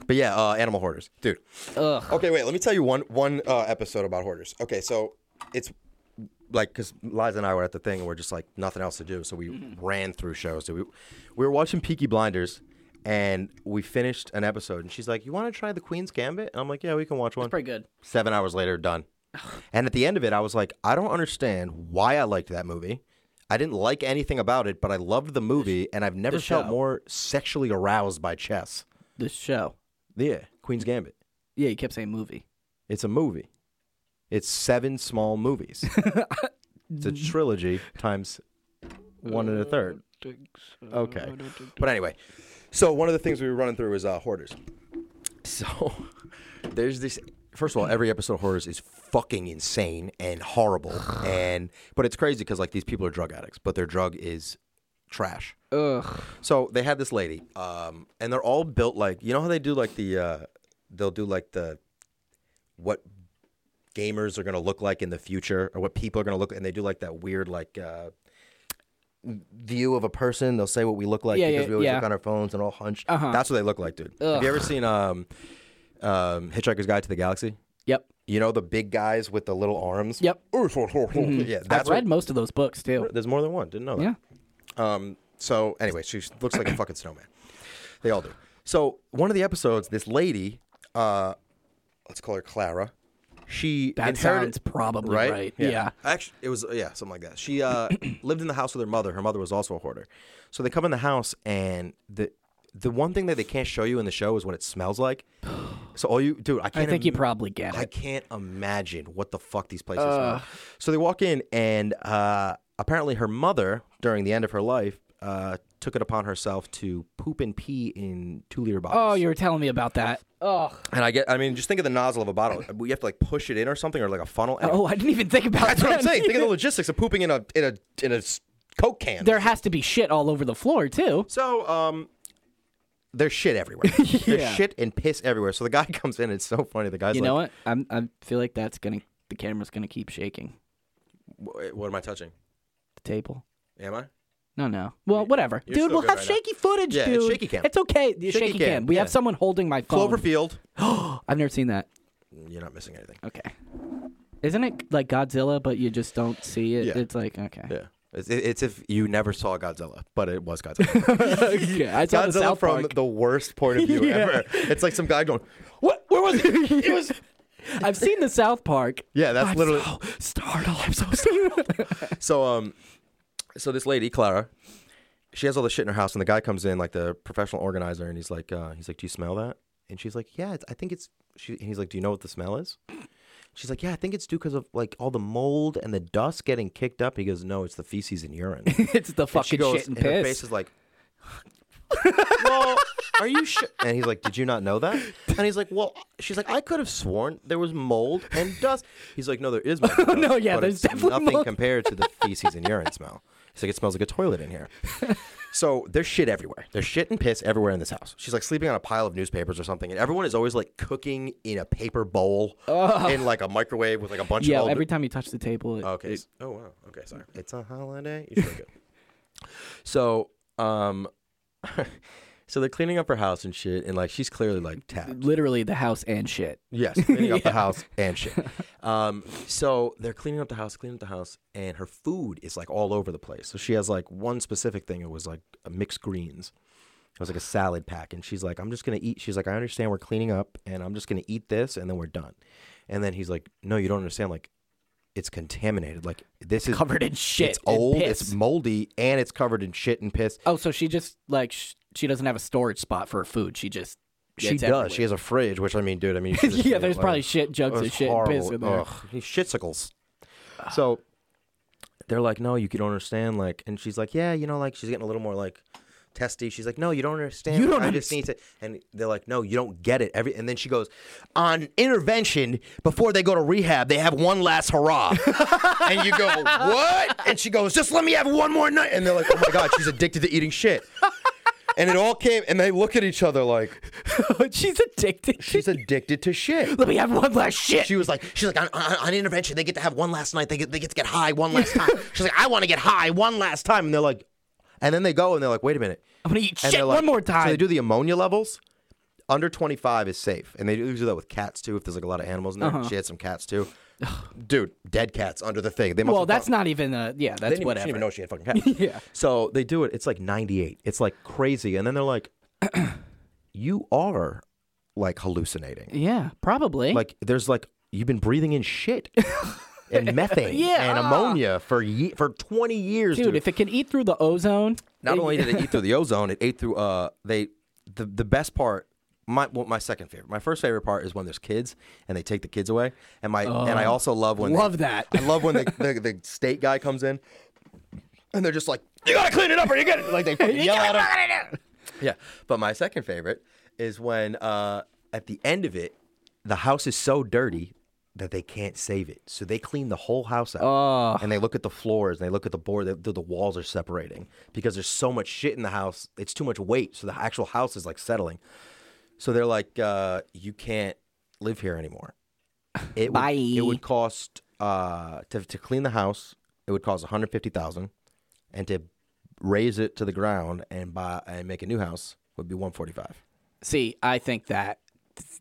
But yeah, uh, Animal Hoarders, dude.
Ugh.
Okay, wait. Let me tell you one one uh, episode about hoarders. Okay, so it's like because Liza and I were at the thing and we're just like nothing else to do, so we
Mm-hmm.
ran through shows. So we we were watching Peaky Blinders and we finished an episode, and she's like, "You want to try the Queen's Gambit?" And I'm like, "Yeah, we can watch one."
Pretty good.
Seven hours later, done. and at the end of it, I was like, "I don't understand why I liked that movie." I didn't like anything about it, but I loved the movie, and I've never felt
show.
more sexually aroused by chess.
The show.
Yeah, Queen's Gambit.
Yeah, you kept saying movie.
It's a movie. It's seven small movies. it's a trilogy times one and a third. Okay. But anyway, so one of the things we were running through is uh, hoarders. So there's this. First of all, every episode of Hoarders is fucking insane and horrible, and but it's crazy because like these people are drug addicts, but their drug is trash.
Ugh.
So they had this lady, um, and they're all built like you know how they do like the uh, they'll do like the what gamers are gonna look like in the future or what people are gonna look and they do like that weird like uh, view of a person. They'll say what we look like
Yeah,
because
yeah,
we always
yeah. Uh-huh.
look on our phones and all hunched. That's what they look like, dude. Have you ever seen um, um, Hitchhiker's Guide to the Galaxy?
Yep.
You know the big guys with the little arms.
Yep.
Yeah, that's
I've read
what,
most of those books too.
There's more than one. Didn't know that.
Yeah.
Um, so anyway, she looks like a fucking snowman. They all do. So one of the episodes, this lady, uh, let's call her Clara. She
That
inherited,
sounds probably right.
right?
Yeah.
Actually, it was yeah, something like that. She uh, lived in the house with her mother. Her mother was also a hoarder. So they come in the house, and the the one thing that they can't show you in the show is what it smells like. So all you, dude, I
I
can't.
think you
im-
probably get
I
it.
can't imagine what the fuck these places are. So they walk in, and uh, apparently her mother, during the end of her life, uh, took it upon herself to poop and pee in two liter bottles.
Oh, you were telling me about that. Ugh.
And I get, I mean, just think of the nozzle of a bottle. We have to like push it in or something, or like a funnel. Anyway,
Oh, I didn't even think about
that's what I'm
that.
saying. think of the logistics of pooping in a in a in a s- coke can.
There has to be shit all over the floor too.
So, um, there's shit everywhere. There's shit and piss everywhere. So the guy comes in. It's so funny. The guy's
You
like,
know what? I'm, I feel like that's gonna the camera's gonna keep shaking
"Wh- What am I touching?
the table.
Am I?
No, no. Well, whatever,
you're
dude.
still
We'll
good
have
right now.
shaky footage,
Yeah,
dude.
it's shaky cam.
It's okay. Shaky,
Shaky
shaky cam.
cam,
We
yeah.
have someone holding my phone.
Cloverfield.
I've never seen that.
You're not missing anything.
Okay. Isn't it like Godzilla, but you just don't see it?
Yeah.
It's like okay.
Yeah. It's, it's if you never saw Godzilla, but it was Godzilla.
Yeah, I saw the
Godzilla
South
from
Park.
the worst point of view
Yeah.
ever. It's like some guy going, "What? Where was it? It was."
I've seen the South Park.
Yeah, that's
I'm
literally.
so startled. I'm so startled.
So um, so this lady Clara, she has all this shit in her house, and the guy comes in like the professional organizer, and he's like, uh, he's like, "Do you smell that?" And she's like, "Yeah, it's, I think it's." She, and he's like, "Do you know what the smell is?" She's like, "Yeah, I think it's due because of like all the mold and the dust getting kicked up." He goes, "No, it's the feces and urine."
it's the
And she
fucking
goes,
shit and
Her
piss.
face is like, well, are you sure? And he's like, did you not know that? And he's like, well, she's like, I could have sworn there was mold and dust. He's like, no, there is mold. and dust,
No, yeah,
but
there's
it's
definitely
nothing
mold."
compared to the feces and urine smell. He's like, it smells like a toilet in here. So there's shit everywhere. There's shit and piss everywhere in this house. She's like sleeping on a pile of newspapers or something, and everyone is always like cooking in a paper bowl in like a microwave with like a bunch
yeah,
of old
every time you touch the table, it,
Okay. s- oh wow. Okay. Sorry. It's a holiday. You're so good. so, um, so they're cleaning up her house and shit, and like she's clearly like tapped.
literally the house and shit.
Yes, cleaning up the house and shit. Um, so they're cleaning up the house, cleaning up the house, and her food is like all over the place. So she has like one specific thing. It was like a mixed greens. It was like a salad pack, and she's like, "I'm just gonna eat." She's like, "I understand we're cleaning up, and I'm just gonna eat this, and then we're done." And then he's like, "No, you don't understand. Like, it's contaminated. Like this is
covered in shit.
it's
and
old,
piss.
it's moldy, and it's covered in shit and piss.
oh, so she just like sh- she doesn't have a storage spot for her food. She just
She
it's
does. She has a fridge, which I mean, dude, I mean, you should
everywhere.
just
yeah,
leave it
there's
alone.
probably shit jugs
It's
of shit and piss
horrible.
in there.
Ugh, these shitsicles. So they're like, no, you don't understand. Like, and she's like, yeah, you know, like she's getting a little more like testy. She's like, no, you don't understand.
You
Like,
don't
I just need to. And they're like, no, you don't get it. Every and then she goes on intervention before they go to rehab. They have one last hurrah, and you go what? And she goes, just let me have one more night. And they're like, oh my god, she's addicted to eating shit. and it all came, and they look at each other like
She's addicted.
she's addicted to shit.
Let me have one last shit.
She was like, she's like on, on, on intervention. They get to have one last night. They get they get to get high one last time. She's like, I want to get high one last time, and they're like, and then they go and they're like, wait a minute.
I'm gonna eat
And
shit
they're like-
one more time.
So they do the ammonia levels. Under 25 is safe. And they do do that with cats too, if there's like a lot of animals in there. She had some cats too. Dude, dead cats under the thing. They must
well,
have
that's
thought-
not even a yeah.
they
That's
didn't even, she
whatever.
didn't even know she had fucking cats. yeah. So they do it. It's like 98. It's like crazy. And then they're like, you are like hallucinating.
yeah, probably.
Like there's like, you've been breathing in shit. And methane
Yeah,
and
ah.
ammonia for ye- for twenty years,
dude, if it can eat through the ozone,
not only did it eat through the ozone, it ate through uh they the the best part my well, my second favorite. My first favorite part is when there's kids and they take the kids away. And my and
Oh.
I also love when they-
love that.
I love when the, the the state guy comes in and they're just like, "You gotta clean it up or you get it." Like they fucking yell at him. Yeah, but my second favorite is when uh at the end of it, the house is so dirty that they can't save it, so they clean the whole house out.
Oh.
And they look at the floors, and they look at the board. The, the walls are separating because there's so much shit in the house. It's too much weight, so the actual house is like settling. So they're like, uh, "You can't live here anymore." It would,
Bye.
it would cost uh, to to clean the house. It would cost one hundred fifty thousand, and to raise it to the ground and buy and make a new house would be one forty five.
see, I think that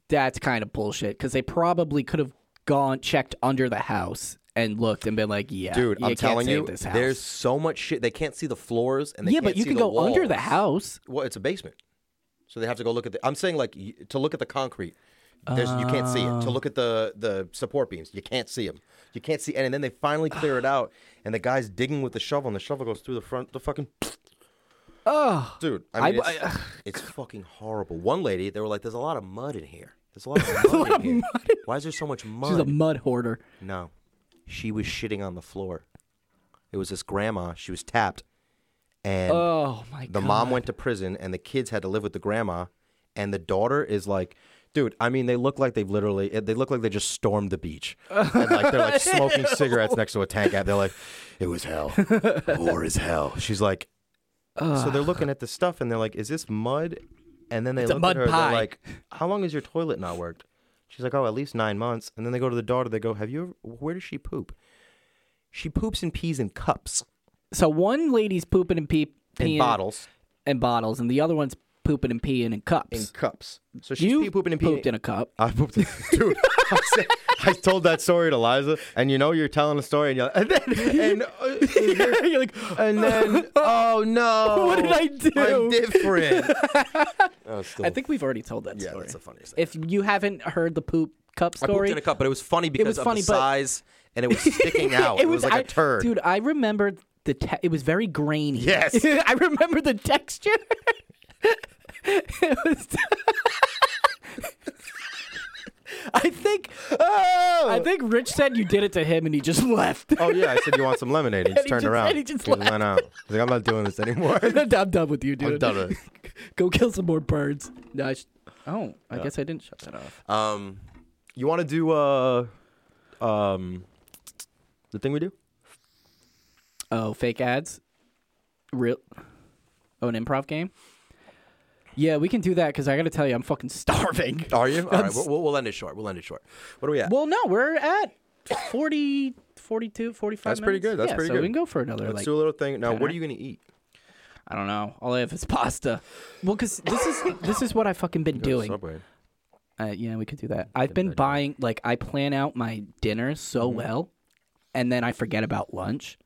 that's kind of bullshit because they probably could have gone checked under the house and looked and been like, yeah,
Dude,
you
I'm
can't
telling
save
you,
this house.
there's so much shit. They can't see the floors, and they
yeah,
can't
but you
see
can
the
go under the
walls.
house.
Well, it's a basement, so they have to go look at the. I'm saying like y- to look at the concrete. There's, you can't see it. To look at the the support beams, you can't see them. You can't see, and, and then they finally clear it out, and the guy's digging with the shovel, and the shovel goes through the front. The fucking
Oh,
dude, I mean,
I-
it's, it's fucking horrible. One lady, they were like, "There's a lot of mud in here. There's a lot of mud in here. Why is there so much mud?"
she's a mud hoarder.
No. She was shitting on the floor. It was this grandma. She was tapped. And
Oh my
the
god.
mom went to prison, and the kids had to live with the grandma. And the daughter is like, dude, I mean, they look like they've literally, eh, they look like they just stormed the beach. And like, they're like smoking cigarettes next to a tank. They're like, it was hell. War is hell. She's like, so they're looking at the stuff, and they're like, is this mud? And then they
a
look at
mud
her,
pie.
they're like, how long has your toilet not worked? She's like, oh, at least nine months. And then they go to the daughter. They go, have you? Ever, where does she poop? She poops and pees in cups
So one lady's pooping and pee
and
peeing
bottles.
and bottles, and the other one's pooping and peeing in cups.
In cups. So she's
you
pee pooping and peeing.
pooped in a cup.
I pooped. in- Dude, I, said, I told that story to Liza, and you know you're telling a story, and you're and then and, uh,
You're like,
and then oh no,
What did I do?
I'm different. oh, still,
I think we've already told that
yeah,
story.
that's the funniest. Thing.
if you haven't heard the poop cup
I pooped
story,
in a cup, but it was funny because
was
of
funny,
the
but-
size, and it was sticking out. it, was, like a
I-
turd.
Dude, I remembered the te- it was very grainy.
Yes.
I remember the texture. it was. I think
Oh!
I think Rich said you did it to him and he just left.
Oh yeah, I said you want some lemonade. And he just
he
turned
just-
around.
and he just
went out. He's like, I'm not doing this anymore.
I'm done with you, dude.
I'm done with
Go kill some more birds. No, I sh- oh, I guess I didn't shut that off.
it. Um, you want to do uh, um, the thing we do?
Oh, fake ads. Real. Oh, an improv game. Yeah, we can do that because I got to tell you, I'm fucking starving.
Are you? All right, we'll, we'll- we'll end it short. We'll end it short. What are we at?
Well, no, we're at 40, 42, 45
That's pretty
minutes.
good. That's
yeah,
pretty
so
good.
we can go for another,
Let's
like,
do a little thing. Now, what
dinner.
are you gonna eat?
I don't know. All I have is pasta. Well, because this is this is what I've fucking been doing.
Subway.
Uh, yeah, we could do that. I've been buying like I plan out my dinners so
Mm-hmm.
well, and then I forget about lunch,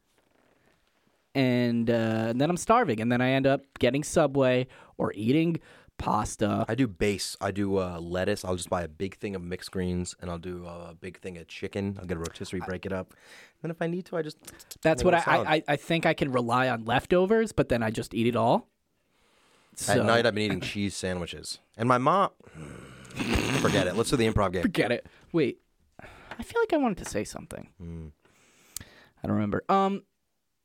and, uh, and then I'm starving, and then I end up getting Subway or eating pasta.
I do base. I do uh, lettuce. I'll just buy a big thing of mixed greens, and I'll do uh, a big thing of chicken. I'll get a rotisserie, break it up. Then if I need to, I just
That's what I,
little salad.
I I I think I can rely on leftovers, but then I just eat it all. So,
at night I've been eating cheese sandwiches. And my mom, forget it. Let's do the improv game.
Get it. Wait. I feel like I wanted to say something.
Hmm.
I don't remember. Um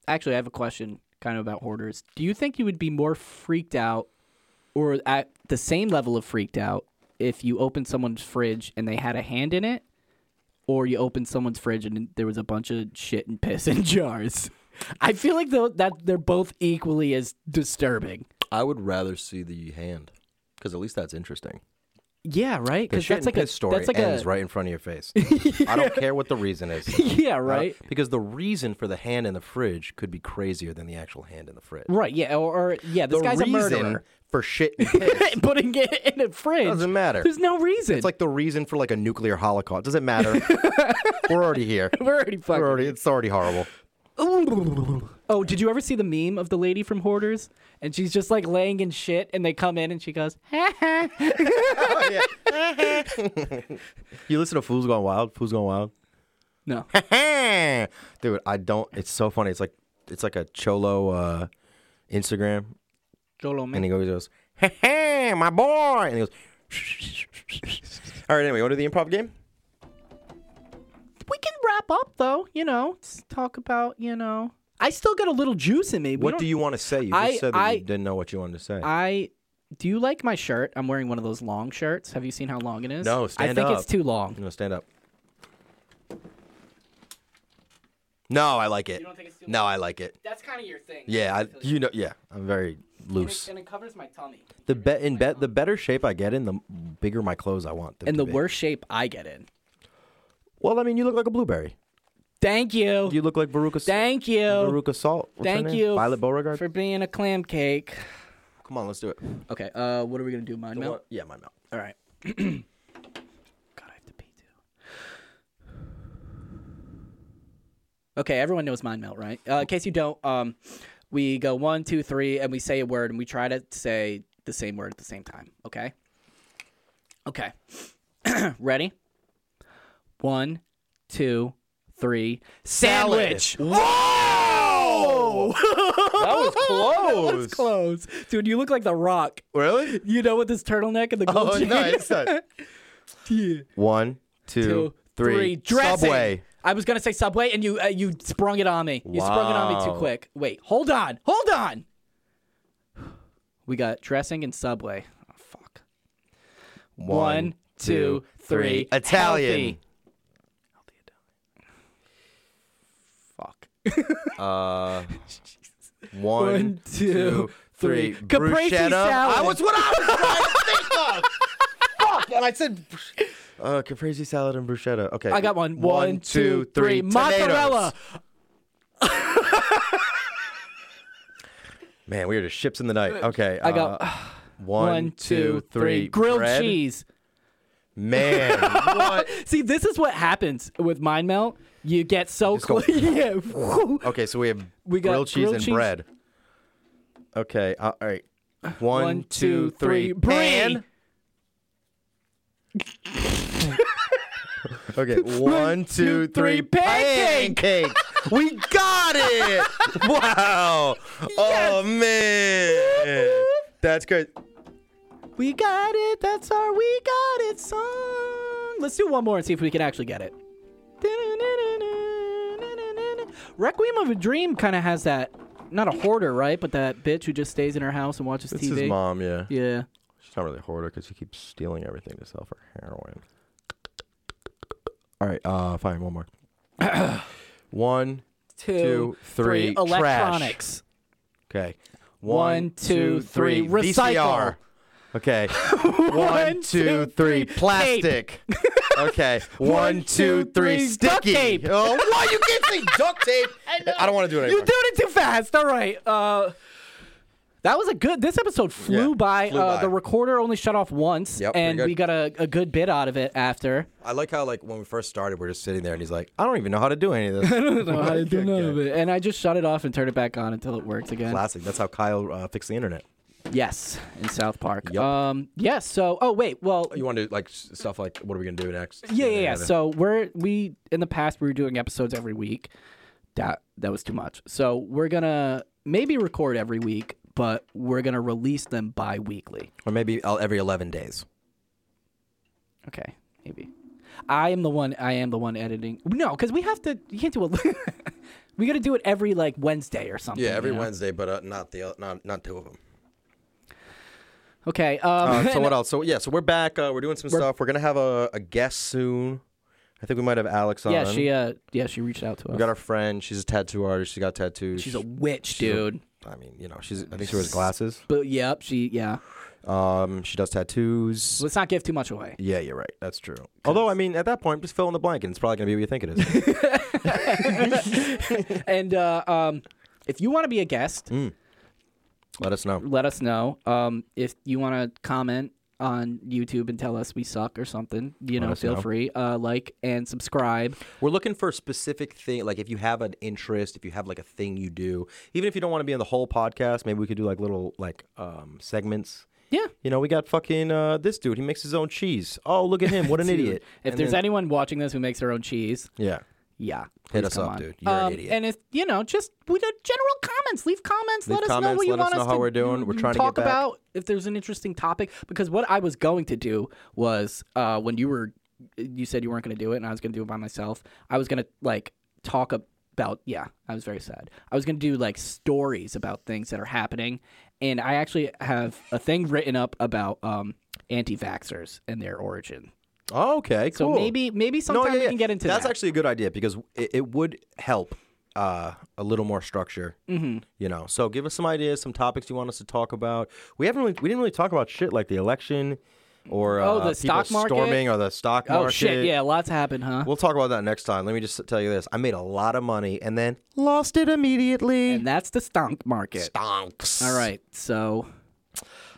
actually I have a question kind of about hoarders. Do you think you would be more freaked out or at the same level of freaked out if you opened someone's fridge and they had a hand in it or you opened someone's fridge and there was a bunch of shit and piss in jars? I feel like though that they're both equally as disturbing.
I would rather see the hand because at least that's interesting.
Yeah, right.
The
Because
shit
that's
and
like
piss
a
story
That's like
ends
a
right in front of your face. I don't care what the reason is.
yeah,
I don't-
right,
Because the reason for the hand in the fridge could be crazier than the actual hand in the fridge.
right. Yeah, or, or yeah, this
the
guy's a
reason
murderer.
for shit and piss
Putting it in a fridge
doesn't matter.
There's no reason.
It's like the reason for like a nuclear holocaust. Doesn't matter. We're already here.
we're already
We're
fucking.
already. It's already horrible.
Oh, did you ever see the meme of the lady from Hoarders? And she's just like laying in shit, and they come in, and she goes,
You listen to Fools Gone Wild. Fools Gone Wild.
"No,
Dude, I don't. It's so funny. It's like it's like a cholo uh, Instagram,
Jolo
and
man."
he goes, goes hey, hey, my boy, and he goes. All right. Anyway, want to do the improv game?
We can wrap up though. You know, Let's talk about you know. I still got a little juice in me. We
What
don't-
do you want to say? You just
I-
said that
I-
you didn't know what you wanted to say.
I do you like my shirt? I'm wearing one of those long shirts. Have you seen how long it is?
No,
I
stand
think
up.
it's too long.
no, stand up. No, I like it.
don't think it's too
No, I like it.
That's kind of your thing.
Yeah, I, you know, yeah, I'm very loose.
it covers my tummy.
The bet in bet, the better shape I get in, the bigger my clothes I want. them
And
to
the
be.
worst shape I get in.
Well, I mean, you look like a blueberry.
Thank you.
You look like Veruca.
Thank you.
Veruca Salt. What's her
Thank
name?
you.
Violet Beauregard.
For being a clam cake.
Come on, let's do it.
Okay, uh, what are we gonna do? Mind melt?
Yeah, my mouth.
All right. God, I have to pee too. Okay, everyone knows mind melt, right? Uh, in case you don't, um, we go one, two, three, and we say a word, and we try to say the same word at the same time. Okay. Okay. Ready? One, two, three. Sandwich.
Whoa! that was close.
That was close, dude. You look like the Rock.
Really?
You know, with this turtleneck and the gold
Oh
chain.
no, it's not.
Yeah.
One, two, three.
two, three. Dressing.
Subway.
I was gonna say Subway, and you uh, you sprung it on me. You sprung it on me too
Wow.
quick. Wait, hold on, hold on. We got dressing and Subway. Oh, fuck. One, two, three.
Italian.
Healthy. Healthy Italian. Fuck.
Uh, one,
One, two, three. Caprese
Bruschetta.
salad.
I was what I was trying to think of. Fuck, and I said. Uh, caprese salad and bruschetta. Okay.
I got one.
One, two, three.
Mozzarella.
Tomatoes. Man, we are just ships in the night. Okay.
I got-
uh,
One, two, three. Grilled
Bread.
cheese.
Man, what?
See, this is what happens with mind melt. You get so
Just go-
close. yeah.
Okay, so we have
We got
grilled cheese
grilled
and
cheese.
bread. Okay, uh, all right.
One,
One, two,
two, three.
three.
Brie.
Pan. okay, one, two, three.
Pancake.
Pancake. we got it! Wow! Oh man, that's great.
We got it. That's our We Got It song. Let's do one more and see if we can actually get it. Requiem of a Dream kind of has that, not a hoarder, right? But that bitch who just stays in her house and watches
This
TV.
is mom. Yeah,
Yeah.
she's not really a hoarder because she keeps stealing everything to sell for heroin. All right, uh, fine. One more. one, Two, three, trash.
Electronics.
Okay.
One, two, three. Recycle.
VCR. Okay. One, two, three. Plastic. okay. One, two, three.
three. Duct
Sticky.
tape.
Oh, why you can't say duct tape? I, don't want to do it
You're
anymore.
doing it too fast. All right. Uh, that was a good. This episode flew
Yeah,
by.
flew
uh,
by.
The recorder only shut off once,
Yep, pretty
and
good.
we got a, a good bit out of it after.
I like how like when we first started, we're just sitting there, and he's like, "I don't even know how to do any of this."
No, I do none of
Okay.
it. And I just shut it off and turn it back on until it works again.
Classic. That's how Kyle uh, fixed the internet.
Yes, in South Park.
Yup.
Um, yes. so, oh wait. Well,
You want to do like s- stuff like, "What are we gonna do next?"
yeah, yeah, yeah. So we're we in the past we were doing episodes every week. That that was too much. So we're gonna maybe record every week, but we're gonna release them bi-weekly.
or maybe uh, every eleven days.
Okay, maybe. I am the one. I am the one editing. No, because we have to. You can't do a. we got to do it every like Wednesday or something. you know?
Wednesday, but uh, not the not not two of them.
Okay. Um,
Uh, so
and- um,
Uh, what else? So yeah, so we're back. Uh, we're doing some stuff. We're gonna have a, a guest soon. I think we might have Alex on.
Yeah, she uh yeah, she reached out to us.
we got our friend. She's a tattoo artist. She got tattoos.
She's a witch,
she's a-
dude.
I mean, you know, she's. I think she wears glasses.
But yep, she yeah.
Um, she does tattoos.
Let's not give too much away.
Yeah, you're right. That's true. Although, I mean, at that point, just fill in the blank, and it's probably gonna be what you think it is.
And uh, um, if you want to be a guest,
Mm. Let us know.
let us know. Um, if you want to comment on YouTube and tell us we suck or something, you know,
us
feel
know.
free. Uh, like and subscribe.
We're looking for a specific thing. Like, if you have an interest, if you have like a thing you do, even if you don't want to be on the whole podcast, maybe we could do like little like um segments.
Yeah.
You know, we got fucking uh, this dude. He makes his own cheese. Oh, look at him! What an idiot!
If
And
there's
then-
anyone watching this who makes their own cheese,
yeah,
yeah.
Hit
please
us
come
up,
on. Um,
dude. You're an idiot.
And if you know, just we do general comments. Leave comments.
Leave
let us know
comments,
what you
let us
want
know
us
how
to Mm,
we're doing. We're trying to get
talk
back.
about. If there's an interesting topic, because what I was going to do was uh, when you were, you said you weren't going to do it, and I was going to do it by myself. I was going to like talk about. Yeah, I was very sad. I was going to do like stories about things that are happening, and I actually have a thing written up about um, anti-vaxxers and their origin.
Oh, okay,
So
cool.
maybe maybe sometime we can get into
That's
that.
actually a good idea because it, it would help uh, a little more structure. Mm-hmm. You know, so give us some ideas, some topics you want us to talk about. We haven't really, we didn't really talk about shit like the election or
Oh,
uh,
the stock
people
market?
storming or the stock
oh
market.
shit! Yeah, lots happened, huh?
We'll talk about that next time. Let me just tell you this: I made a lot of money and then lost it immediately.
and that's the stonk market.
Stonks.
All right, so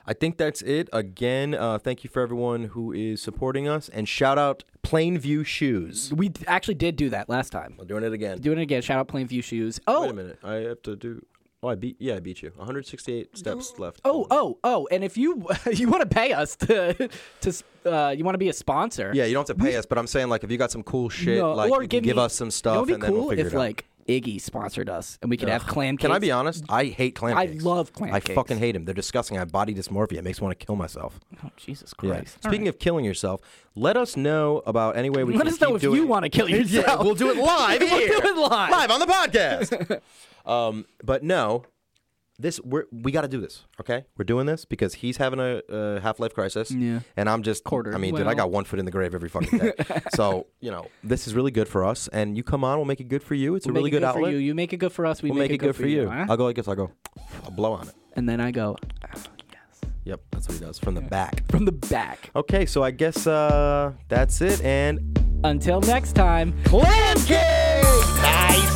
I think that's it. Again, uh, thank you for everyone who is supporting us, and shout out Plainview Shoes.
we d- actually did do that last time.
I'm doing it again.
Doing it again. Shout out Plainview Shoes. Oh,
Wait a minute. I have to do. Oh, I beat. Yeah, I beat you. 168 steps left.
oh, oh, oh! And if you you want to pay us to to s- uh, you want to be a sponsor,
Yeah, you don't have to pay us, but I'm saying like if you got some cool shit,
no,
like
or
you can
give,
give
me-
us some
You know
stuff,
what'd be
and then
cool
we'll figure
if
it out.
like Iggy sponsored us and we could have clam.
Can I be
cakes.
honest? I hate clam
I
cakes.
love clam
I
cakes.
fucking hate them. They're disgusting. I have body dysmorphia. It makes me want to kill myself.
Oh, Jesus
Yeah.
Christ! All
Speaking of killing yourself, let us know about any way we
right. let
can
us know
keep
if
doing
you want to kill yourself.
Yeah, we'll do it live
We'll
here.
do it live.
Live on the podcast. um, but no, this we're, we got to do this. Okay, we're doing this because he's having a uh, half life crisis.
Yeah.
and I'm just
Quarter.
I mean, dude, I
Well-
got one foot in the grave every fucking day. so you know, this is really good for us. And you come on, we'll make it good for you. It's a
Make
really
it
good,
good
outlet.
for you. You make it good for us. We
We'll
make, it good,
for you.
huh?
I'll go like this. I'll go. I'll blow on it.
And then I go "Ah, yes
Yep, that's what he does from the back.
from the back.
Okay, so I guess uh, that's it. And
Until next time.
clam cake, guys.